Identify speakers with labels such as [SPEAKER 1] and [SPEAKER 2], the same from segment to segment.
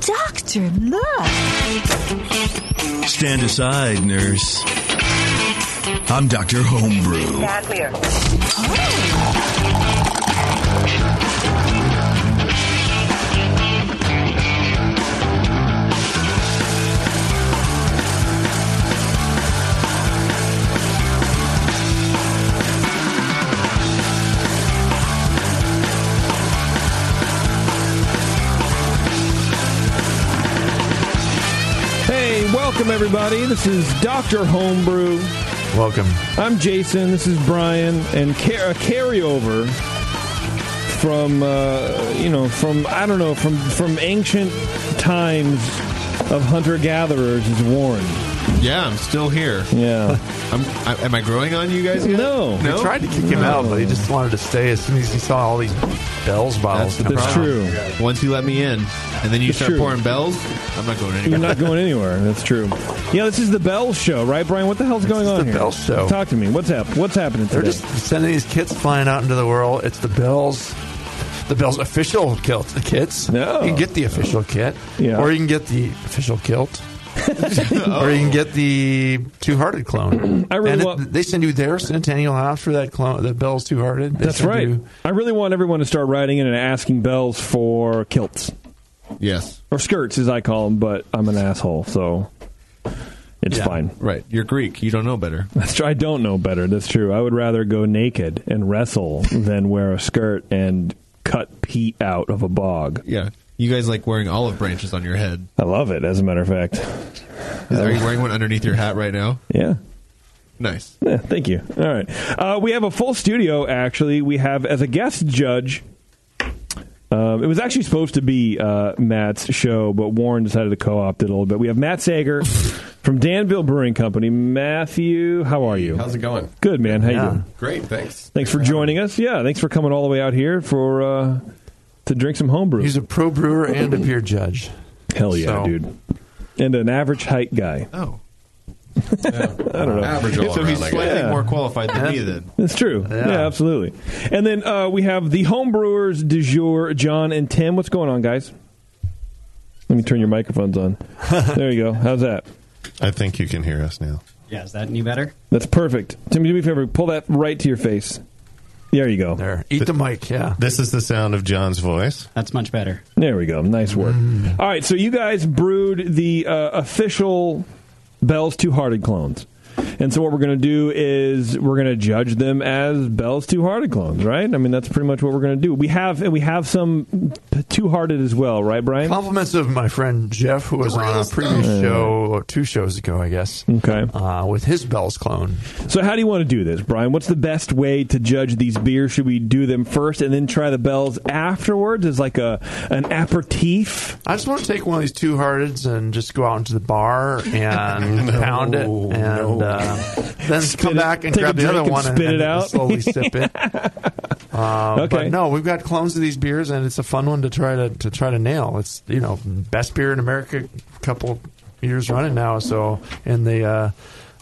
[SPEAKER 1] Doctor, look.
[SPEAKER 2] Stand aside, nurse. I'm Dr. Homebrew.
[SPEAKER 3] Bad clear.
[SPEAKER 4] Hey, welcome everybody. This is Dr. Homebrew.
[SPEAKER 5] Welcome.
[SPEAKER 4] I'm Jason. This is Brian, and car- a carryover from uh, you know from I don't know from from ancient times of hunter gatherers is Warren.
[SPEAKER 6] Yeah, I'm still here.
[SPEAKER 4] Yeah,
[SPEAKER 6] I'm, I, am I growing on you guys? Yet?
[SPEAKER 4] No.
[SPEAKER 5] They tried to kick him out, but he just wanted to stay as soon as he saw all these bells bottles.
[SPEAKER 6] That's
[SPEAKER 5] come
[SPEAKER 6] the
[SPEAKER 4] that's
[SPEAKER 5] out.
[SPEAKER 4] true.
[SPEAKER 6] Once you let me in, and then you
[SPEAKER 4] It's
[SPEAKER 6] start
[SPEAKER 4] true.
[SPEAKER 6] pouring bells, I'm not going
[SPEAKER 4] You're
[SPEAKER 6] anywhere.
[SPEAKER 4] not going anywhere. That's true. Yeah, this is the Bell Show, right, Brian? What the hell's going
[SPEAKER 5] is
[SPEAKER 4] on
[SPEAKER 5] the
[SPEAKER 4] here?
[SPEAKER 5] Bell Show.
[SPEAKER 4] Talk to me. What's hap- What's happening
[SPEAKER 5] They're
[SPEAKER 4] today?
[SPEAKER 5] just sending these kits flying out into the world. It's the bells. The Bell's official kilt, kits.
[SPEAKER 4] No.
[SPEAKER 5] You can get the official kit,
[SPEAKER 4] Yeah.
[SPEAKER 5] or you can get the official kilt, or you can get the two-hearted clone.
[SPEAKER 4] I really
[SPEAKER 5] and
[SPEAKER 4] want-
[SPEAKER 5] they send you their centennial house for that clone. The Bell's two-hearted. They
[SPEAKER 4] That's
[SPEAKER 5] send
[SPEAKER 4] right.
[SPEAKER 5] you-
[SPEAKER 4] I really want everyone to start writing in and asking bells for kilts.
[SPEAKER 6] yes.
[SPEAKER 4] or skirts as I call them, but I'm an asshole, so it's
[SPEAKER 5] Yeah.
[SPEAKER 4] fine.
[SPEAKER 6] Right. You're Greek. You don't know better.
[SPEAKER 4] That's true. I don't know better. That's true. I would rather go naked and wrestle than wear a skirt and cut peat out of a bog.
[SPEAKER 6] Yeah. You guys like wearing olive branches on your head.
[SPEAKER 4] I love it, as a matter of fact.
[SPEAKER 6] Is- are you wearing one underneath your hat right now?
[SPEAKER 4] Yeah.
[SPEAKER 6] Nice.
[SPEAKER 4] Yeah, thank you. All right. Uh, we have a full studio, actually. We have, as a guest judge, um, it was actually supposed to be uh, Matt's show, but Warren decided to co opt it a little bit. We have Matt Sager from Danville Brewing Company. Matthew, how are you?
[SPEAKER 7] How's it going?
[SPEAKER 4] Good, man. How you
[SPEAKER 5] Yeah.
[SPEAKER 4] doing?
[SPEAKER 7] Great, thanks.
[SPEAKER 4] Thanks for joining us. Yeah, thanks for coming all the way out here for uh, to drink some homebrew.
[SPEAKER 5] He's a pro brewer and a beer judge.
[SPEAKER 4] Hell yeah,
[SPEAKER 5] so-
[SPEAKER 4] dude. And an average height guy.
[SPEAKER 6] Oh.
[SPEAKER 7] I don't know. Average all
[SPEAKER 6] so
[SPEAKER 7] around,
[SPEAKER 6] he's
[SPEAKER 7] I
[SPEAKER 6] slightly
[SPEAKER 7] guess.
[SPEAKER 6] more qualified than me then.
[SPEAKER 4] That's true. Yeah,
[SPEAKER 5] Yeah.
[SPEAKER 4] absolutely. And then uh, we have the homebrewers du jour, John and Tim. What's going on, guys? Let me turn your microphones on. there you go. How's that?
[SPEAKER 7] I think you can hear us now.
[SPEAKER 8] Yeah, is that any better?
[SPEAKER 4] That's perfect. Tim, do me a favor. Pull that right to your face. There you go.
[SPEAKER 5] There, eat the mic. Yeah,
[SPEAKER 7] This is the sound of John's voice.
[SPEAKER 8] That's much better.
[SPEAKER 4] There we go. Nice work. All right, so you guys brewed the uh, official Bell's Two Hearted clones. And so what we're going to do is we're going to judge them as Bell's Two Hearted clones, right? I mean, that's pretty much what we're going to do. We have and we have some Two Hearted as well, right, Brian?
[SPEAKER 5] Compliments of my friend Jeff, who was on a previous show, or two shows ago, I guess.
[SPEAKER 4] Okay.
[SPEAKER 5] Uh, with his Bell's clone.
[SPEAKER 4] So how do you want to do this, Brian? What's the best way to judge these beers? Should we do them first and then try the Bells afterwards as like a an aperitif?
[SPEAKER 5] I just want to take one of these two hearteds and just go out into the bar and pound it, and uh, then come
[SPEAKER 4] it-
[SPEAKER 5] back and
[SPEAKER 4] take a
[SPEAKER 5] grab the
[SPEAKER 4] drink
[SPEAKER 5] other
[SPEAKER 4] and
[SPEAKER 5] one
[SPEAKER 4] spit it
[SPEAKER 5] and,
[SPEAKER 4] out.
[SPEAKER 5] slowly sip it. Um,
[SPEAKER 4] Okay.
[SPEAKER 5] But no, we've got clones of these beers, and it's a fun one to try to to try to nail. It's you know best beer in America, couple years running now. So in the uh,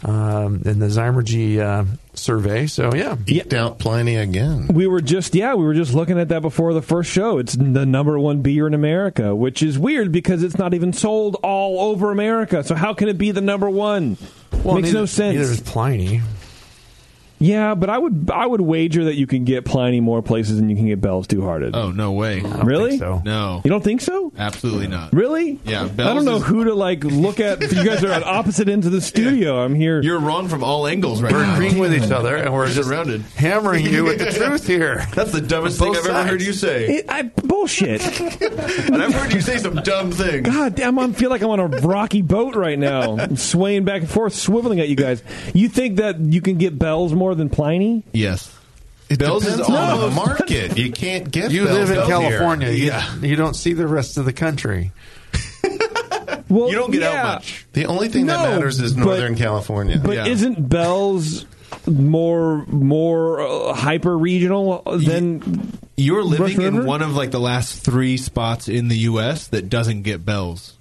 [SPEAKER 5] um, in the Zymergy uh, survey, so yeah,
[SPEAKER 7] Eked out Pliny again.
[SPEAKER 4] We were just yeah, we were just looking at that before the first show. It's the number one beer in America, which is weird because it's not even sold all over America. So how can it be the number one? Makes
[SPEAKER 5] neither-
[SPEAKER 4] no
[SPEAKER 5] Neither
[SPEAKER 4] sense.
[SPEAKER 5] is Pliny.
[SPEAKER 4] Yeah, but I would I would wager that you can get Pliny more places than you can get Bell's Two Hearted.
[SPEAKER 6] Oh, no way.
[SPEAKER 5] I don't
[SPEAKER 4] Really?
[SPEAKER 5] think so.
[SPEAKER 6] No.
[SPEAKER 4] You don't think so?
[SPEAKER 6] Absolutely not.
[SPEAKER 4] Really?
[SPEAKER 6] Yeah,
[SPEAKER 4] I don't
[SPEAKER 6] Bell's
[SPEAKER 4] know
[SPEAKER 6] is-
[SPEAKER 4] who to like look at. You guys are at opposite ends of the studio. I'm here.
[SPEAKER 6] You're wrong from all angles right
[SPEAKER 5] We're
[SPEAKER 6] now.
[SPEAKER 5] agreeing with each other, and we're
[SPEAKER 6] You're
[SPEAKER 5] just
[SPEAKER 6] surrounded.
[SPEAKER 5] hammering you with the truth here.
[SPEAKER 6] That's the dumbest thing I've
[SPEAKER 5] Both
[SPEAKER 6] ever
[SPEAKER 5] sides.
[SPEAKER 6] heard you say.
[SPEAKER 4] It- I bullshit.
[SPEAKER 6] And I've heard you say some dumb things.
[SPEAKER 4] God damn, I feel like I'm on a rocky boat right now. I'm swaying back and forth, swiveling at you guys. You think that you can get bells more than Pliny?
[SPEAKER 6] Yes.
[SPEAKER 7] It
[SPEAKER 6] Bell's
[SPEAKER 7] depends
[SPEAKER 6] is
[SPEAKER 7] on the
[SPEAKER 6] almost-
[SPEAKER 7] market. You can't get
[SPEAKER 5] You
[SPEAKER 7] Bell's
[SPEAKER 5] live in
[SPEAKER 7] up
[SPEAKER 5] California.
[SPEAKER 7] here.
[SPEAKER 5] You,
[SPEAKER 7] Yeah.
[SPEAKER 5] you don't see the rest of the country.
[SPEAKER 4] Well,
[SPEAKER 6] You don't get
[SPEAKER 4] yeah,
[SPEAKER 6] out much.
[SPEAKER 7] The only thing
[SPEAKER 4] No,
[SPEAKER 7] that matters is
[SPEAKER 4] but-
[SPEAKER 7] Northern California.
[SPEAKER 4] But
[SPEAKER 6] Yeah.
[SPEAKER 4] isn't Bell's more more uh, hyper regional than
[SPEAKER 6] You're
[SPEAKER 4] Rush
[SPEAKER 6] living
[SPEAKER 4] River?
[SPEAKER 6] in one of like the last three spots in the U.S. that doesn't get bells.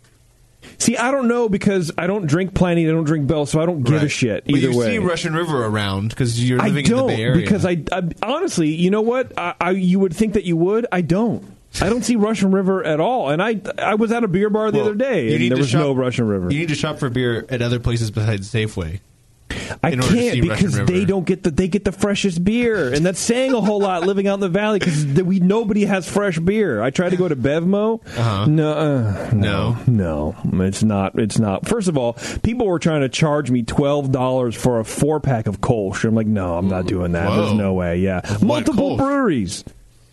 [SPEAKER 4] See, I don't know because I don't drink Pliny, I don't drink Bell, so I don't give a
[SPEAKER 6] Right.
[SPEAKER 4] shit
[SPEAKER 6] But
[SPEAKER 4] either
[SPEAKER 6] you
[SPEAKER 4] way.
[SPEAKER 6] see Russian River around because you're
[SPEAKER 4] I
[SPEAKER 6] living in
[SPEAKER 4] don't
[SPEAKER 6] the Bay Area.
[SPEAKER 4] because I, I honestly, you know what? I, I you would think that you would. I don't. I don't see Russian River at all. And I I was at a beer bar the
[SPEAKER 6] Well,
[SPEAKER 4] other day,
[SPEAKER 6] you
[SPEAKER 4] and
[SPEAKER 6] need
[SPEAKER 4] there
[SPEAKER 6] to
[SPEAKER 4] was
[SPEAKER 6] shop-
[SPEAKER 4] no Russian River.
[SPEAKER 6] You need to shop for beer at other places besides Safeway.
[SPEAKER 4] I
[SPEAKER 6] in order to
[SPEAKER 4] can't
[SPEAKER 6] see Russian
[SPEAKER 4] because they
[SPEAKER 6] River.
[SPEAKER 4] don't get the they get the freshest beer, and that's saying a whole lot living out in the valley because we nobody has fresh beer. I tried to go to Bevmo,
[SPEAKER 6] Uh-huh.
[SPEAKER 4] no, uh, no, no, it's not, it's not. First of all, people were trying to charge me twelve dollars for a four pack of Kolsch. I'm like, no, I'm not doing that. There's
[SPEAKER 6] Mm, Whoa.
[SPEAKER 4] no way. Yeah, multiple
[SPEAKER 6] Kolsch?
[SPEAKER 4] breweries,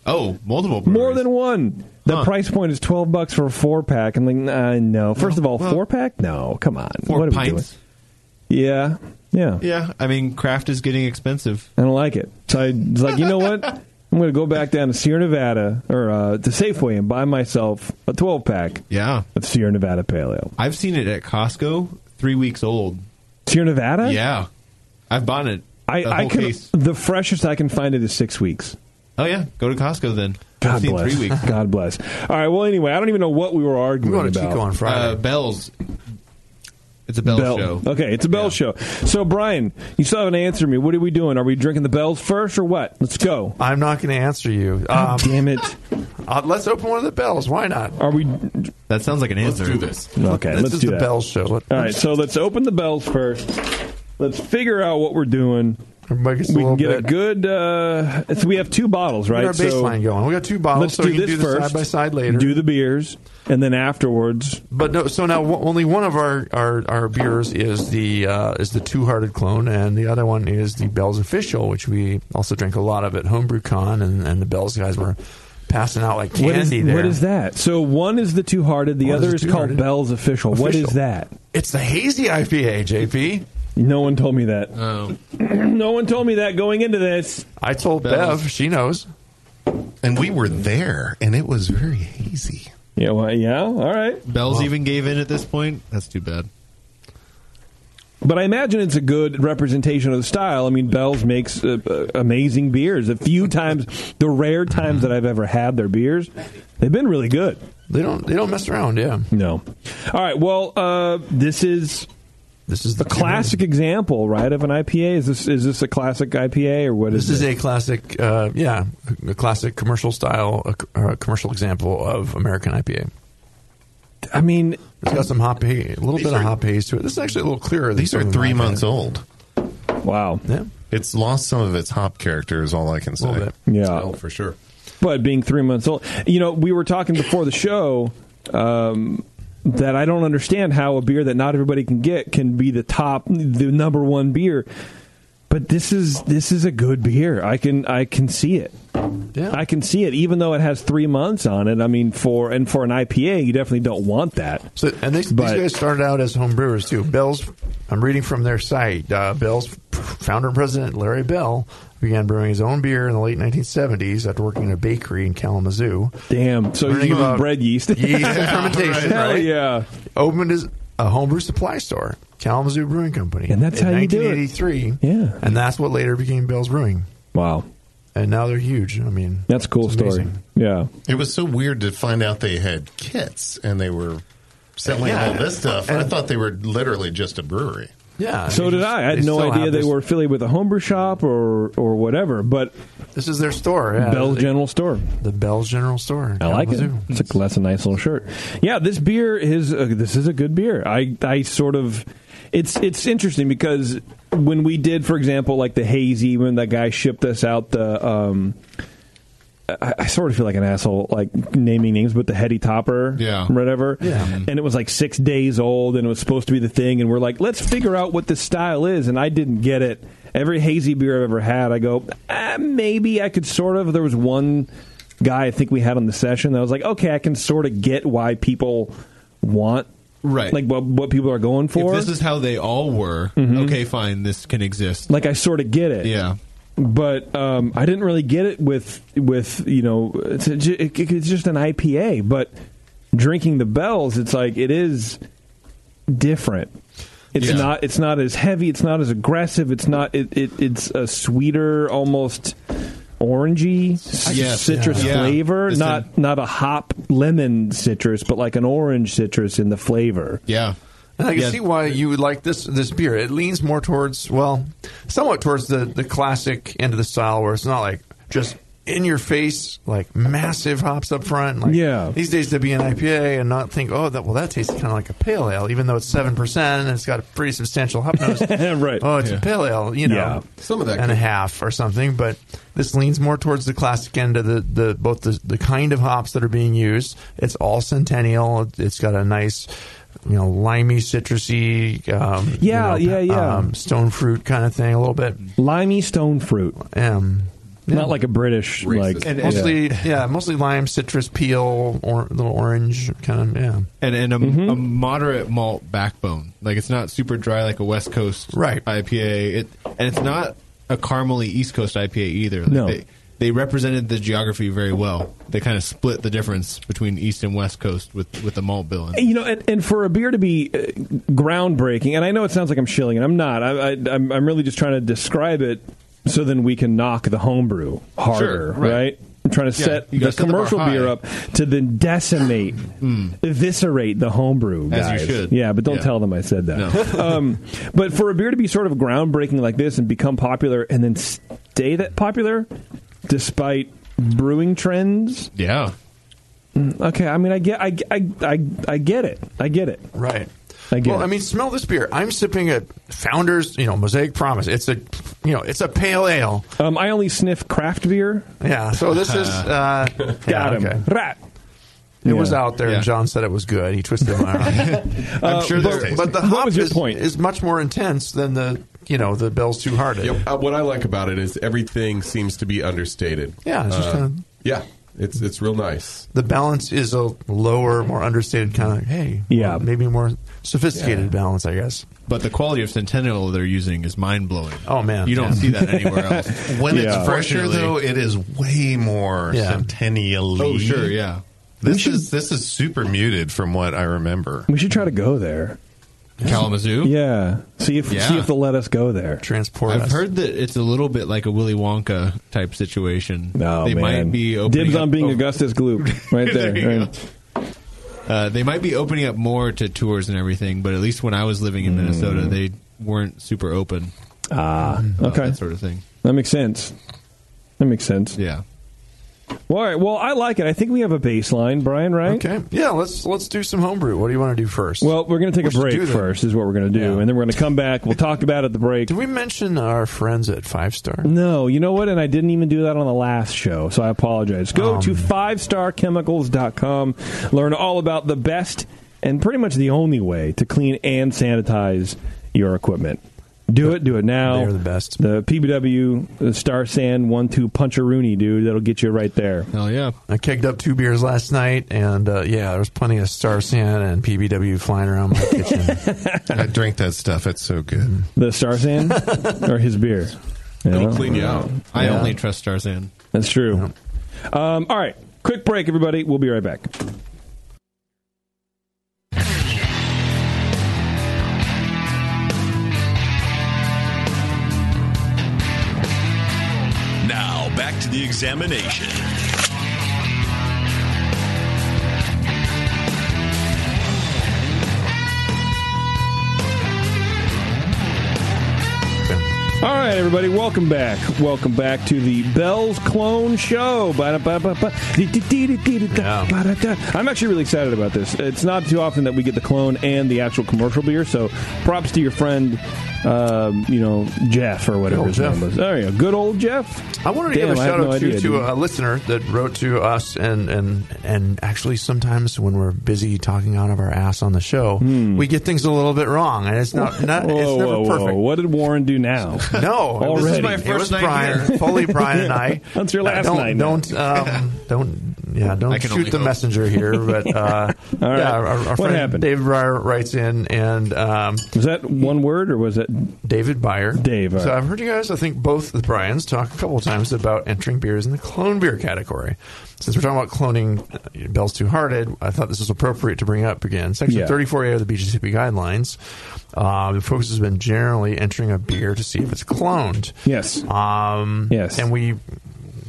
[SPEAKER 6] Oh, multiple.
[SPEAKER 4] more
[SPEAKER 6] breweries.
[SPEAKER 4] than one. The
[SPEAKER 6] Huh.
[SPEAKER 4] price point is twelve bucks for a four pack. I'm like, nah, no. First of all,
[SPEAKER 6] Well-
[SPEAKER 4] four pack? No, come on.
[SPEAKER 6] four
[SPEAKER 4] what are we doing?
[SPEAKER 6] pints.
[SPEAKER 4] Yeah, yeah.
[SPEAKER 6] Yeah, I mean, craft is getting expensive.
[SPEAKER 4] I don't like it. So I was like, you know what? I'm going to go back down to Sierra Nevada or uh, to Safeway and buy myself a 12 pack
[SPEAKER 6] Yeah,
[SPEAKER 4] of Sierra Nevada Pale Ale.
[SPEAKER 6] I've seen it at Costco. Three weeks old.
[SPEAKER 4] Sierra Nevada?
[SPEAKER 6] Yeah, I've bought it.
[SPEAKER 4] I,
[SPEAKER 6] a
[SPEAKER 4] I
[SPEAKER 6] whole
[SPEAKER 4] can,
[SPEAKER 6] case.
[SPEAKER 4] the freshest I can find it is six weeks.
[SPEAKER 6] Oh yeah, go to Costco then. I've
[SPEAKER 4] God
[SPEAKER 6] seen
[SPEAKER 4] bless.
[SPEAKER 6] three weeks.
[SPEAKER 4] God bless. All right. Well, anyway, I don't even know what we were
[SPEAKER 5] We're
[SPEAKER 4] arguing
[SPEAKER 5] going to
[SPEAKER 4] about.
[SPEAKER 5] Chico on
[SPEAKER 6] Uh,
[SPEAKER 5] Friday.
[SPEAKER 6] Bell's. It's a Bell,
[SPEAKER 4] Bell.
[SPEAKER 6] show.
[SPEAKER 4] Okay, it's a Bell
[SPEAKER 6] Yeah.
[SPEAKER 4] show. So, Brian, you still haven't answered me. What are we doing? Are we drinking the bells first or what? Let's go.
[SPEAKER 5] I'm not going to answer you. Um,
[SPEAKER 4] Uh, Damn it.
[SPEAKER 5] uh, let's open one of the bells. Why not?
[SPEAKER 4] Are we.
[SPEAKER 6] That sounds like an answer.
[SPEAKER 4] Okay,
[SPEAKER 5] this
[SPEAKER 4] let's
[SPEAKER 5] is
[SPEAKER 4] do
[SPEAKER 5] the
[SPEAKER 4] that.
[SPEAKER 5] bell show. Let,
[SPEAKER 4] All right, so let's open the bells first. Let's figure out what we're doing.
[SPEAKER 5] everybody gets a
[SPEAKER 4] We
[SPEAKER 5] little
[SPEAKER 4] can get a
[SPEAKER 5] bit.
[SPEAKER 4] good. Uh, so we have two bottles,
[SPEAKER 5] Get
[SPEAKER 4] right?
[SPEAKER 5] our baseline
[SPEAKER 4] so
[SPEAKER 5] going. We got two bottles,
[SPEAKER 4] let's
[SPEAKER 5] so
[SPEAKER 4] do
[SPEAKER 5] we can
[SPEAKER 4] this
[SPEAKER 5] do the
[SPEAKER 4] first.
[SPEAKER 5] side by side later.
[SPEAKER 4] Do the beers, and then afterwards.
[SPEAKER 5] But no, so now w- only one of our our, our beers is the uh, is the Two Hearted Clone, and the other one is the Bell's Official, which we also drank a lot of at Homebrew Con, and, and the Bell's guys were passing out like candy
[SPEAKER 4] What is,
[SPEAKER 5] there.
[SPEAKER 4] what is that? So one is the Two Hearted, the
[SPEAKER 5] One is
[SPEAKER 4] other
[SPEAKER 5] the
[SPEAKER 4] is,
[SPEAKER 5] Two
[SPEAKER 4] called
[SPEAKER 5] Hearted.
[SPEAKER 4] Bell's Official. What is
[SPEAKER 5] Official.
[SPEAKER 4] that?
[SPEAKER 5] It's the hazy IPA, JP.
[SPEAKER 4] No one told me that.
[SPEAKER 6] Oh.
[SPEAKER 4] No one told me that going into this.
[SPEAKER 5] I told
[SPEAKER 6] Bell's.
[SPEAKER 5] Bev, she knows.
[SPEAKER 7] And we were there, and it was very hazy.
[SPEAKER 4] Yeah, well, yeah, all right.
[SPEAKER 6] Bell's even gave in at this point. That's too bad.
[SPEAKER 4] But I imagine it's a good representation of the style. I mean, Bell's makes uh, uh, amazing beers. A few times, the rare times that I've ever had their beers, they've been really good.
[SPEAKER 5] They don't they don't mess around. Yeah,
[SPEAKER 4] No. All right. Well, uh, this is
[SPEAKER 5] this is the
[SPEAKER 4] a classic example, right, of an IPA. Is this is this a classic IPA or what is
[SPEAKER 5] This is
[SPEAKER 4] it?
[SPEAKER 5] a classic, uh, yeah, a classic commercial style, a, c- uh commercial example of American IPA.
[SPEAKER 4] I mean,
[SPEAKER 5] It's got some hop, hay, a little
[SPEAKER 7] These
[SPEAKER 5] bit
[SPEAKER 7] are-
[SPEAKER 5] of hop haze to it. This is actually a little clearer. Than
[SPEAKER 7] These
[SPEAKER 5] some
[SPEAKER 7] are
[SPEAKER 5] of
[SPEAKER 7] three
[SPEAKER 5] mine.
[SPEAKER 7] months old.
[SPEAKER 4] wow.
[SPEAKER 5] Yeah,
[SPEAKER 7] It's lost some of its hop character, is all I can
[SPEAKER 5] a little
[SPEAKER 7] say.
[SPEAKER 5] bit.
[SPEAKER 4] Yeah.
[SPEAKER 6] for sure.
[SPEAKER 4] But being three months old, you know, we were talking before the show um, that I don't understand how a beer that not everybody can get can be the top, the number one beer. But this is this is a good beer. I can I can see it.
[SPEAKER 5] Yeah,
[SPEAKER 4] I can see it, even though it has three months on it. I mean, for and for an IPA, you definitely don't want that.
[SPEAKER 5] So, and they,
[SPEAKER 4] But-
[SPEAKER 5] these guys started out as home brewers too. Bell's, I'm reading from their site. Uh, Bell's founder and president Larry Bell began brewing his own beer in the late 1970s after working in a bakery in Kalamazoo.
[SPEAKER 4] Damn. So you
[SPEAKER 5] Learning
[SPEAKER 4] use
[SPEAKER 5] about
[SPEAKER 4] bread yeast.
[SPEAKER 5] Yeast and fermentation,
[SPEAKER 4] Hell
[SPEAKER 5] right?
[SPEAKER 4] yeah.
[SPEAKER 5] Opened his a homebrew supply store, Kalamazoo Brewing Company,
[SPEAKER 4] And that's
[SPEAKER 5] in
[SPEAKER 4] how you do it.
[SPEAKER 5] 1983.
[SPEAKER 4] Yeah.
[SPEAKER 5] and that's what later became Bell's Brewing.
[SPEAKER 4] Wow.
[SPEAKER 5] And now they're huge. I mean,
[SPEAKER 4] That's a cool
[SPEAKER 5] it's
[SPEAKER 4] story.
[SPEAKER 5] amazing.
[SPEAKER 4] Yeah.
[SPEAKER 7] It was so weird to find out they had kits and they were selling
[SPEAKER 5] Yeah.
[SPEAKER 7] all this stuff. I thought they were literally just a brewery.
[SPEAKER 5] Yeah.
[SPEAKER 4] So
[SPEAKER 5] they
[SPEAKER 4] did
[SPEAKER 5] just-
[SPEAKER 4] I. I had
[SPEAKER 5] they
[SPEAKER 4] no
[SPEAKER 5] still
[SPEAKER 4] idea
[SPEAKER 5] have
[SPEAKER 4] they
[SPEAKER 5] this-
[SPEAKER 4] were affiliated with a homebrew shop or or whatever, but
[SPEAKER 5] This is their store. Yeah.
[SPEAKER 4] Bell's
[SPEAKER 5] They-
[SPEAKER 4] General Store.
[SPEAKER 5] The Bell's Uh, General Store.
[SPEAKER 4] I like it.
[SPEAKER 5] Kalamazoo.
[SPEAKER 4] It's a, that's a nice little shirt. Yeah, this beer is uh, this is a good beer. I I sort of it's it's interesting because when we did, for example, like the hazy when that guy shipped us out the. Um, I, I sort of feel like an asshole, like naming names, but the heady topper,
[SPEAKER 6] Yeah.
[SPEAKER 4] whatever,
[SPEAKER 5] Yeah.
[SPEAKER 4] and it was like six days old, and it was supposed to be the thing, and we're like, let's figure out what the style is, and I didn't get it. Every hazy beer I've ever had, I go, ah, maybe I could sort of. There was one guy I think we had on the session that was like, okay, I can sort of get why people want,
[SPEAKER 6] Right.
[SPEAKER 4] like what, what people are going for.
[SPEAKER 6] if this is how they all were, okay, fine, this can exist.
[SPEAKER 4] like I sort of get it,
[SPEAKER 6] Yeah.
[SPEAKER 4] but um, I didn't really get it with with you know it's, a, ju- it, it's just an IPA, but drinking the bells, it's like it is different. It's
[SPEAKER 6] Yeah.
[SPEAKER 4] not it's not as heavy, it's not as aggressive, it's not it, it it's a sweeter almost orangey c-
[SPEAKER 6] Yes.
[SPEAKER 4] citrus
[SPEAKER 6] Yeah.
[SPEAKER 4] flavor,
[SPEAKER 6] It's
[SPEAKER 4] not not a hop lemon citrus, but like an orange citrus in the flavor.
[SPEAKER 6] Yeah.
[SPEAKER 5] And I can
[SPEAKER 6] Yeah.
[SPEAKER 5] see why you would like this this beer. It leans more towards well, somewhat towards the the classic end of the style, where it's not like just in your face, like massive hops up front. Like,
[SPEAKER 4] Yeah.
[SPEAKER 5] These days to be an IPA and not think, oh, that well, that tastes kind of like a pale ale, even though it's seven percent and it's got a pretty substantial hop nose.
[SPEAKER 4] right.
[SPEAKER 5] Oh, it's a
[SPEAKER 6] Yeah.
[SPEAKER 5] pale ale, you know,
[SPEAKER 4] Yeah.
[SPEAKER 7] Some of that
[SPEAKER 5] and a
[SPEAKER 7] could-
[SPEAKER 5] half or something. But this leans more towards the classic end of the, the both the, the kind of hops that are being used. It's all centennial. It's got a nice, you know, limey, citrusy, um,
[SPEAKER 4] Yeah,
[SPEAKER 5] you know,
[SPEAKER 4] yeah, yeah.
[SPEAKER 5] um, stone fruit kind of thing a little bit.
[SPEAKER 4] Limey stone fruit,
[SPEAKER 5] Um, yeah.
[SPEAKER 4] not like a British
[SPEAKER 7] Racist.
[SPEAKER 4] like.
[SPEAKER 6] And- and-
[SPEAKER 5] mostly, yeah. mostly lime, citrus, peel, or little orange kind of, yeah.
[SPEAKER 6] and and a, a moderate malt backbone. Like it's not super dry like a West Coast
[SPEAKER 5] Right.
[SPEAKER 6] IPA. It and it's not a caramely East Coast IPA either. Like,
[SPEAKER 4] No.
[SPEAKER 6] They, they represented the geography very well. They kind of split the difference between East and West Coast with, with the malt bill. And,
[SPEAKER 4] you know, and, and for a beer to be uh, groundbreaking, and I know it sounds like I'm shilling, and I'm not. I, I, I'm, I'm really just trying to describe it so then we can knock the homebrew harder,
[SPEAKER 6] Sure, right.
[SPEAKER 4] right? I'm trying to
[SPEAKER 6] Yeah,
[SPEAKER 4] set
[SPEAKER 6] you
[SPEAKER 4] the
[SPEAKER 6] gotta set the bar
[SPEAKER 4] commercial beer
[SPEAKER 6] high. Hmm.
[SPEAKER 4] up to then decimate, eviscerate the homebrew
[SPEAKER 6] As
[SPEAKER 4] guys.
[SPEAKER 6] you should.
[SPEAKER 4] Yeah, but don't
[SPEAKER 6] Yeah.
[SPEAKER 4] tell them I said that. um, but for a beer to be sort of groundbreaking like this and become popular and then stay that popular despite brewing trends,
[SPEAKER 6] yeah.
[SPEAKER 4] okay. I mean, I get, I, I, I, I get it. I get it.
[SPEAKER 5] Right.
[SPEAKER 4] I get
[SPEAKER 5] well,
[SPEAKER 4] it.
[SPEAKER 5] I mean, smell this beer. I'm sipping a Founder's, you know, Mosaic Promise. It's a, you know, it's a pale ale.
[SPEAKER 4] Um, I only sniff craft beer.
[SPEAKER 5] Yeah. So this is uh, got
[SPEAKER 4] Got him. Rat.
[SPEAKER 5] It
[SPEAKER 4] Yeah.
[SPEAKER 5] was out there,
[SPEAKER 6] Yeah.
[SPEAKER 5] and John said it was good. He twisted my arm.
[SPEAKER 7] I'm sure this
[SPEAKER 5] but,
[SPEAKER 7] tastes
[SPEAKER 5] but the
[SPEAKER 4] What
[SPEAKER 5] hop
[SPEAKER 4] was your
[SPEAKER 5] is,
[SPEAKER 4] point?
[SPEAKER 5] is much more intense than the you know the Bell's Too Hard.
[SPEAKER 1] Yeah, uh, what I like about it is everything seems to be understated. Uh,
[SPEAKER 5] Yeah, it's just
[SPEAKER 4] Uh,
[SPEAKER 5] kinda-
[SPEAKER 1] yeah, it's it's real nice.
[SPEAKER 5] The balance is a lower, more understated kind of hey, uh,
[SPEAKER 4] Yeah.
[SPEAKER 5] maybe more sophisticated balance, I guess.
[SPEAKER 6] But the quality of Centennial they're using is mind blowing.
[SPEAKER 5] Oh, man.
[SPEAKER 6] you don't
[SPEAKER 5] Yeah.
[SPEAKER 6] see that anywhere else.
[SPEAKER 7] When
[SPEAKER 4] Yeah.
[SPEAKER 7] it's fresher,
[SPEAKER 6] Fortunately.
[SPEAKER 7] though, it is way more
[SPEAKER 5] Yeah.
[SPEAKER 7] centennially.
[SPEAKER 6] oh, sure, yeah.
[SPEAKER 7] This is this is super muted from what I remember.
[SPEAKER 4] We should try to go there.
[SPEAKER 6] Kalamazoo.
[SPEAKER 4] Yeah. See if
[SPEAKER 6] Yeah.
[SPEAKER 4] see if they'll let us go there.
[SPEAKER 5] Transport.
[SPEAKER 6] I've
[SPEAKER 5] us.
[SPEAKER 6] heard that it's a little bit like a Willy Wonka type situation.
[SPEAKER 4] No
[SPEAKER 6] they
[SPEAKER 4] Oh, man.
[SPEAKER 6] might be opening
[SPEAKER 4] dibs
[SPEAKER 6] up-
[SPEAKER 4] on being
[SPEAKER 6] oh.
[SPEAKER 4] Augustus Gloop right there.
[SPEAKER 6] There you
[SPEAKER 4] Right.
[SPEAKER 6] go. Uh, they might be opening up more to tours and everything, but at least when I was living in
[SPEAKER 4] Hmm.
[SPEAKER 6] Minnesota, they weren't super open.
[SPEAKER 4] Ah.
[SPEAKER 6] about
[SPEAKER 4] Okay.
[SPEAKER 6] that sort of thing.
[SPEAKER 4] That makes sense. That makes sense.
[SPEAKER 6] Yeah,
[SPEAKER 4] Well, all right. Well, I like it. I think we have a baseline, Brian. Right.
[SPEAKER 5] Okay. Yeah, let's let's do some homebrew. What do you want to do first?
[SPEAKER 4] Well, we're going to take
[SPEAKER 5] We
[SPEAKER 4] a
[SPEAKER 5] should
[SPEAKER 4] break
[SPEAKER 5] do that.
[SPEAKER 4] first. Is what we're going to do,
[SPEAKER 5] Yeah.
[SPEAKER 4] and then we're going to come back. We'll talk about it at the break.
[SPEAKER 5] Did we mention our friends at Five Star?
[SPEAKER 4] No, you know what? And I didn't even do that on the last show, so I apologize. Go
[SPEAKER 5] Um.
[SPEAKER 4] to 5starchemicals.com, learn all about the best and pretty much the only way to clean and sanitize your equipment. Do it, do it now.
[SPEAKER 5] They're the best.
[SPEAKER 4] The PBW the Star Sand 1 2 Puncheroonie, dude, that'll get you right there.
[SPEAKER 6] hell yeah.
[SPEAKER 5] I kegged up two beers last night, and uh, yeah, there was plenty of Star Sand and PBW flying around my kitchen.
[SPEAKER 7] I drink that stuff; it's so good.
[SPEAKER 4] The Star Sand or his beer. You
[SPEAKER 1] It'll
[SPEAKER 4] know?
[SPEAKER 1] clean you out.
[SPEAKER 6] I
[SPEAKER 5] Yeah.
[SPEAKER 6] only trust Tarzan.
[SPEAKER 4] That's true. Um, all right, quick break, everybody. We'll be right back.
[SPEAKER 2] Now, back to the examination.
[SPEAKER 4] All right, everybody, welcome back. Welcome back to the Bell's Clone Show. Ba-da-ba-ba-ba. Dee-dee-dee-dee-dee-da. Ba-da-da. I'm actually really excited about this. It's not too often that we get the clone and the actual commercial beer, so props to your friend, um, you know, Jeff or whatever
[SPEAKER 5] old
[SPEAKER 4] his name
[SPEAKER 5] Jeff.
[SPEAKER 4] was. There you go. Good old Jeff.
[SPEAKER 5] I wanted to
[SPEAKER 4] Damn,
[SPEAKER 5] give a
[SPEAKER 4] I have
[SPEAKER 5] shout
[SPEAKER 4] no
[SPEAKER 5] out
[SPEAKER 4] idea,
[SPEAKER 5] to,
[SPEAKER 4] dude.
[SPEAKER 5] to a listener that wrote to us, and, and and actually sometimes when we're busy talking out of our ass on the show, we get things a little bit wrong, and it's not, not
[SPEAKER 4] Whoa,
[SPEAKER 5] it's never
[SPEAKER 4] whoa,
[SPEAKER 5] perfect.
[SPEAKER 4] whoa. What did Warren do now?
[SPEAKER 5] No,
[SPEAKER 4] Already.
[SPEAKER 5] this is
[SPEAKER 4] It
[SPEAKER 5] my first it was
[SPEAKER 6] night
[SPEAKER 5] Brian,
[SPEAKER 6] here.
[SPEAKER 5] Foley, Brian, and I. Uh,
[SPEAKER 4] That's your last
[SPEAKER 5] don't,
[SPEAKER 4] night now.
[SPEAKER 5] Don't, um, don't, yeah,
[SPEAKER 6] I
[SPEAKER 5] don't
[SPEAKER 6] can only
[SPEAKER 5] shoot the
[SPEAKER 6] hope.
[SPEAKER 5] messenger here. But uh,
[SPEAKER 4] All right.
[SPEAKER 5] yeah, our, our
[SPEAKER 4] What
[SPEAKER 5] friend
[SPEAKER 4] happened?
[SPEAKER 5] David Breyer writes in, and um,
[SPEAKER 4] Was that one word or was that.
[SPEAKER 5] David Byer.
[SPEAKER 4] Dave, uh, all
[SPEAKER 5] So
[SPEAKER 4] right.
[SPEAKER 5] I've heard you guys, I think both the Bryans, talk a couple of times about entering beers in the clone beer category. Since we're talking about cloning uh, Bell's Two Hearted, I thought this was appropriate to bring up again. Section
[SPEAKER 4] Yeah.
[SPEAKER 5] 34A of the BGCP guidelines. Uh, the focus has been generally entering a beer to see if it's cloned.
[SPEAKER 4] Yes.
[SPEAKER 5] Um,
[SPEAKER 4] Yes.
[SPEAKER 5] And we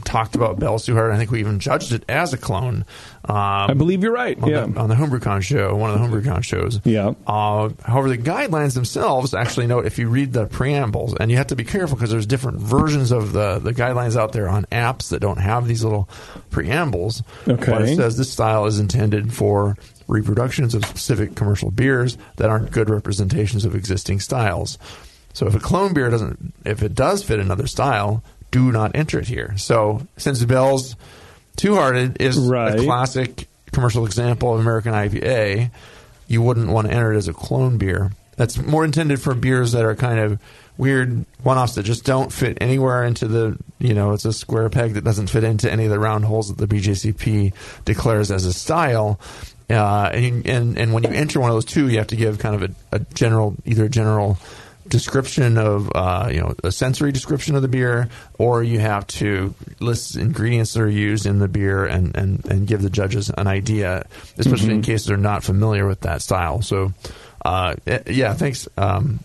[SPEAKER 5] talked about Bell's Too Hard. I think we even judged it as a clone. Um,
[SPEAKER 4] I believe you're right.
[SPEAKER 5] on,
[SPEAKER 4] yeah.
[SPEAKER 5] the, on the HomebrewCon show, one of the HomebrewCon shows.
[SPEAKER 4] Yeah.
[SPEAKER 5] Uh, however, the guidelines themselves actually note if you read the preambles, and you have to be careful because there's different versions of the, the guidelines out there on apps that don't have these little preambles.
[SPEAKER 4] Okay.
[SPEAKER 5] But it says this style is intended for reproductions of specific commercial beers that aren't good representations of existing styles. So if a clone beer doesn't, if it does fit another style, do not enter it here. So since Bell's Two Hearted is
[SPEAKER 4] Right.
[SPEAKER 5] a classic commercial example of American IPA, you wouldn't want to enter it as a clone beer. That's more intended for beers that are kind of weird one-offs that just don't fit anywhere into the you know it's a square peg that doesn't fit into any of the round holes that the BJCP declares as a style. Uh, and, and and when you enter one of those two, you have to give kind of a, a general either a general description of uh, you know a sensory description of the beer, or you have to list ingredients that are used in the beer and and, and give the judges an idea, especially
[SPEAKER 4] Mm-hmm.
[SPEAKER 5] in case they're not familiar with that style. So, uh, eh, yeah, thanks. Um,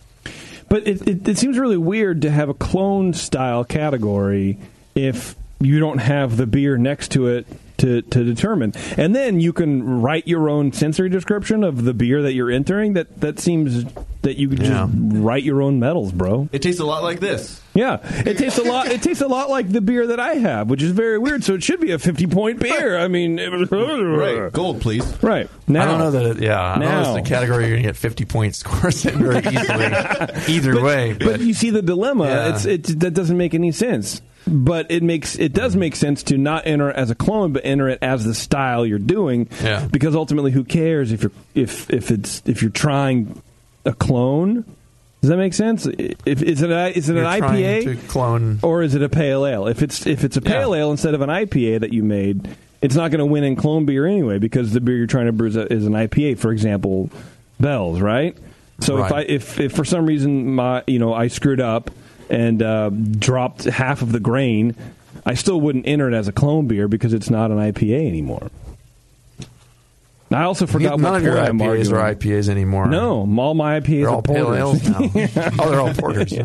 [SPEAKER 4] But it, it, it seems really weird to have a clone style category if you don't have the beer next to it to, to determine. And then you can write your own sensory description of the beer that you're entering. That, that seems that you could
[SPEAKER 5] Yeah.
[SPEAKER 4] just write your own medals, bro.
[SPEAKER 6] It tastes a lot like this.
[SPEAKER 4] Yeah. It tastes a lot it tastes a lot like the beer that I have, which is very weird, so it should be a 50-point beer. I mean, it was,
[SPEAKER 6] Right. Gold, please.
[SPEAKER 4] Right. Now
[SPEAKER 5] I don't know that. It, yeah, I don't know
[SPEAKER 4] Now.
[SPEAKER 5] it's the category you're gonna get fifty point scores in very easily. either way,
[SPEAKER 4] but you see the dilemma.
[SPEAKER 5] Yeah.
[SPEAKER 4] It's it that doesn't make any sense. But it makes it does make sense to not enter it as a clone, but enter it as the style you're doing.
[SPEAKER 5] Yeah.
[SPEAKER 4] Because ultimately, who cares if you're if if it's if you're trying a clone? Does that make sense? If is it a, is it
[SPEAKER 5] you're
[SPEAKER 4] an
[SPEAKER 5] trying
[SPEAKER 4] IPA
[SPEAKER 5] to clone.
[SPEAKER 4] or is it a pale ale? If it's if it's a pale
[SPEAKER 5] Yeah.
[SPEAKER 4] ale instead of an IPA that you made, it's not going to win in clone beer anyway because the beer you're trying to brew is, a, is an IPA, for example, Bell's, right? So if I
[SPEAKER 5] Right.
[SPEAKER 4] if, if for some reason my you know I screwed up and uh, dropped half of the grain, I still wouldn't enter it as a clone beer because it's not an IPA anymore. I also forgot
[SPEAKER 5] None
[SPEAKER 4] what
[SPEAKER 5] of your
[SPEAKER 4] point I'm
[SPEAKER 5] IPAs are
[SPEAKER 4] arguing.
[SPEAKER 5] IPAs anymore.
[SPEAKER 4] No, all my IPAs
[SPEAKER 5] They're
[SPEAKER 4] are
[SPEAKER 5] all pale
[SPEAKER 4] porters.
[SPEAKER 5] ales now. Oh, they're all porters.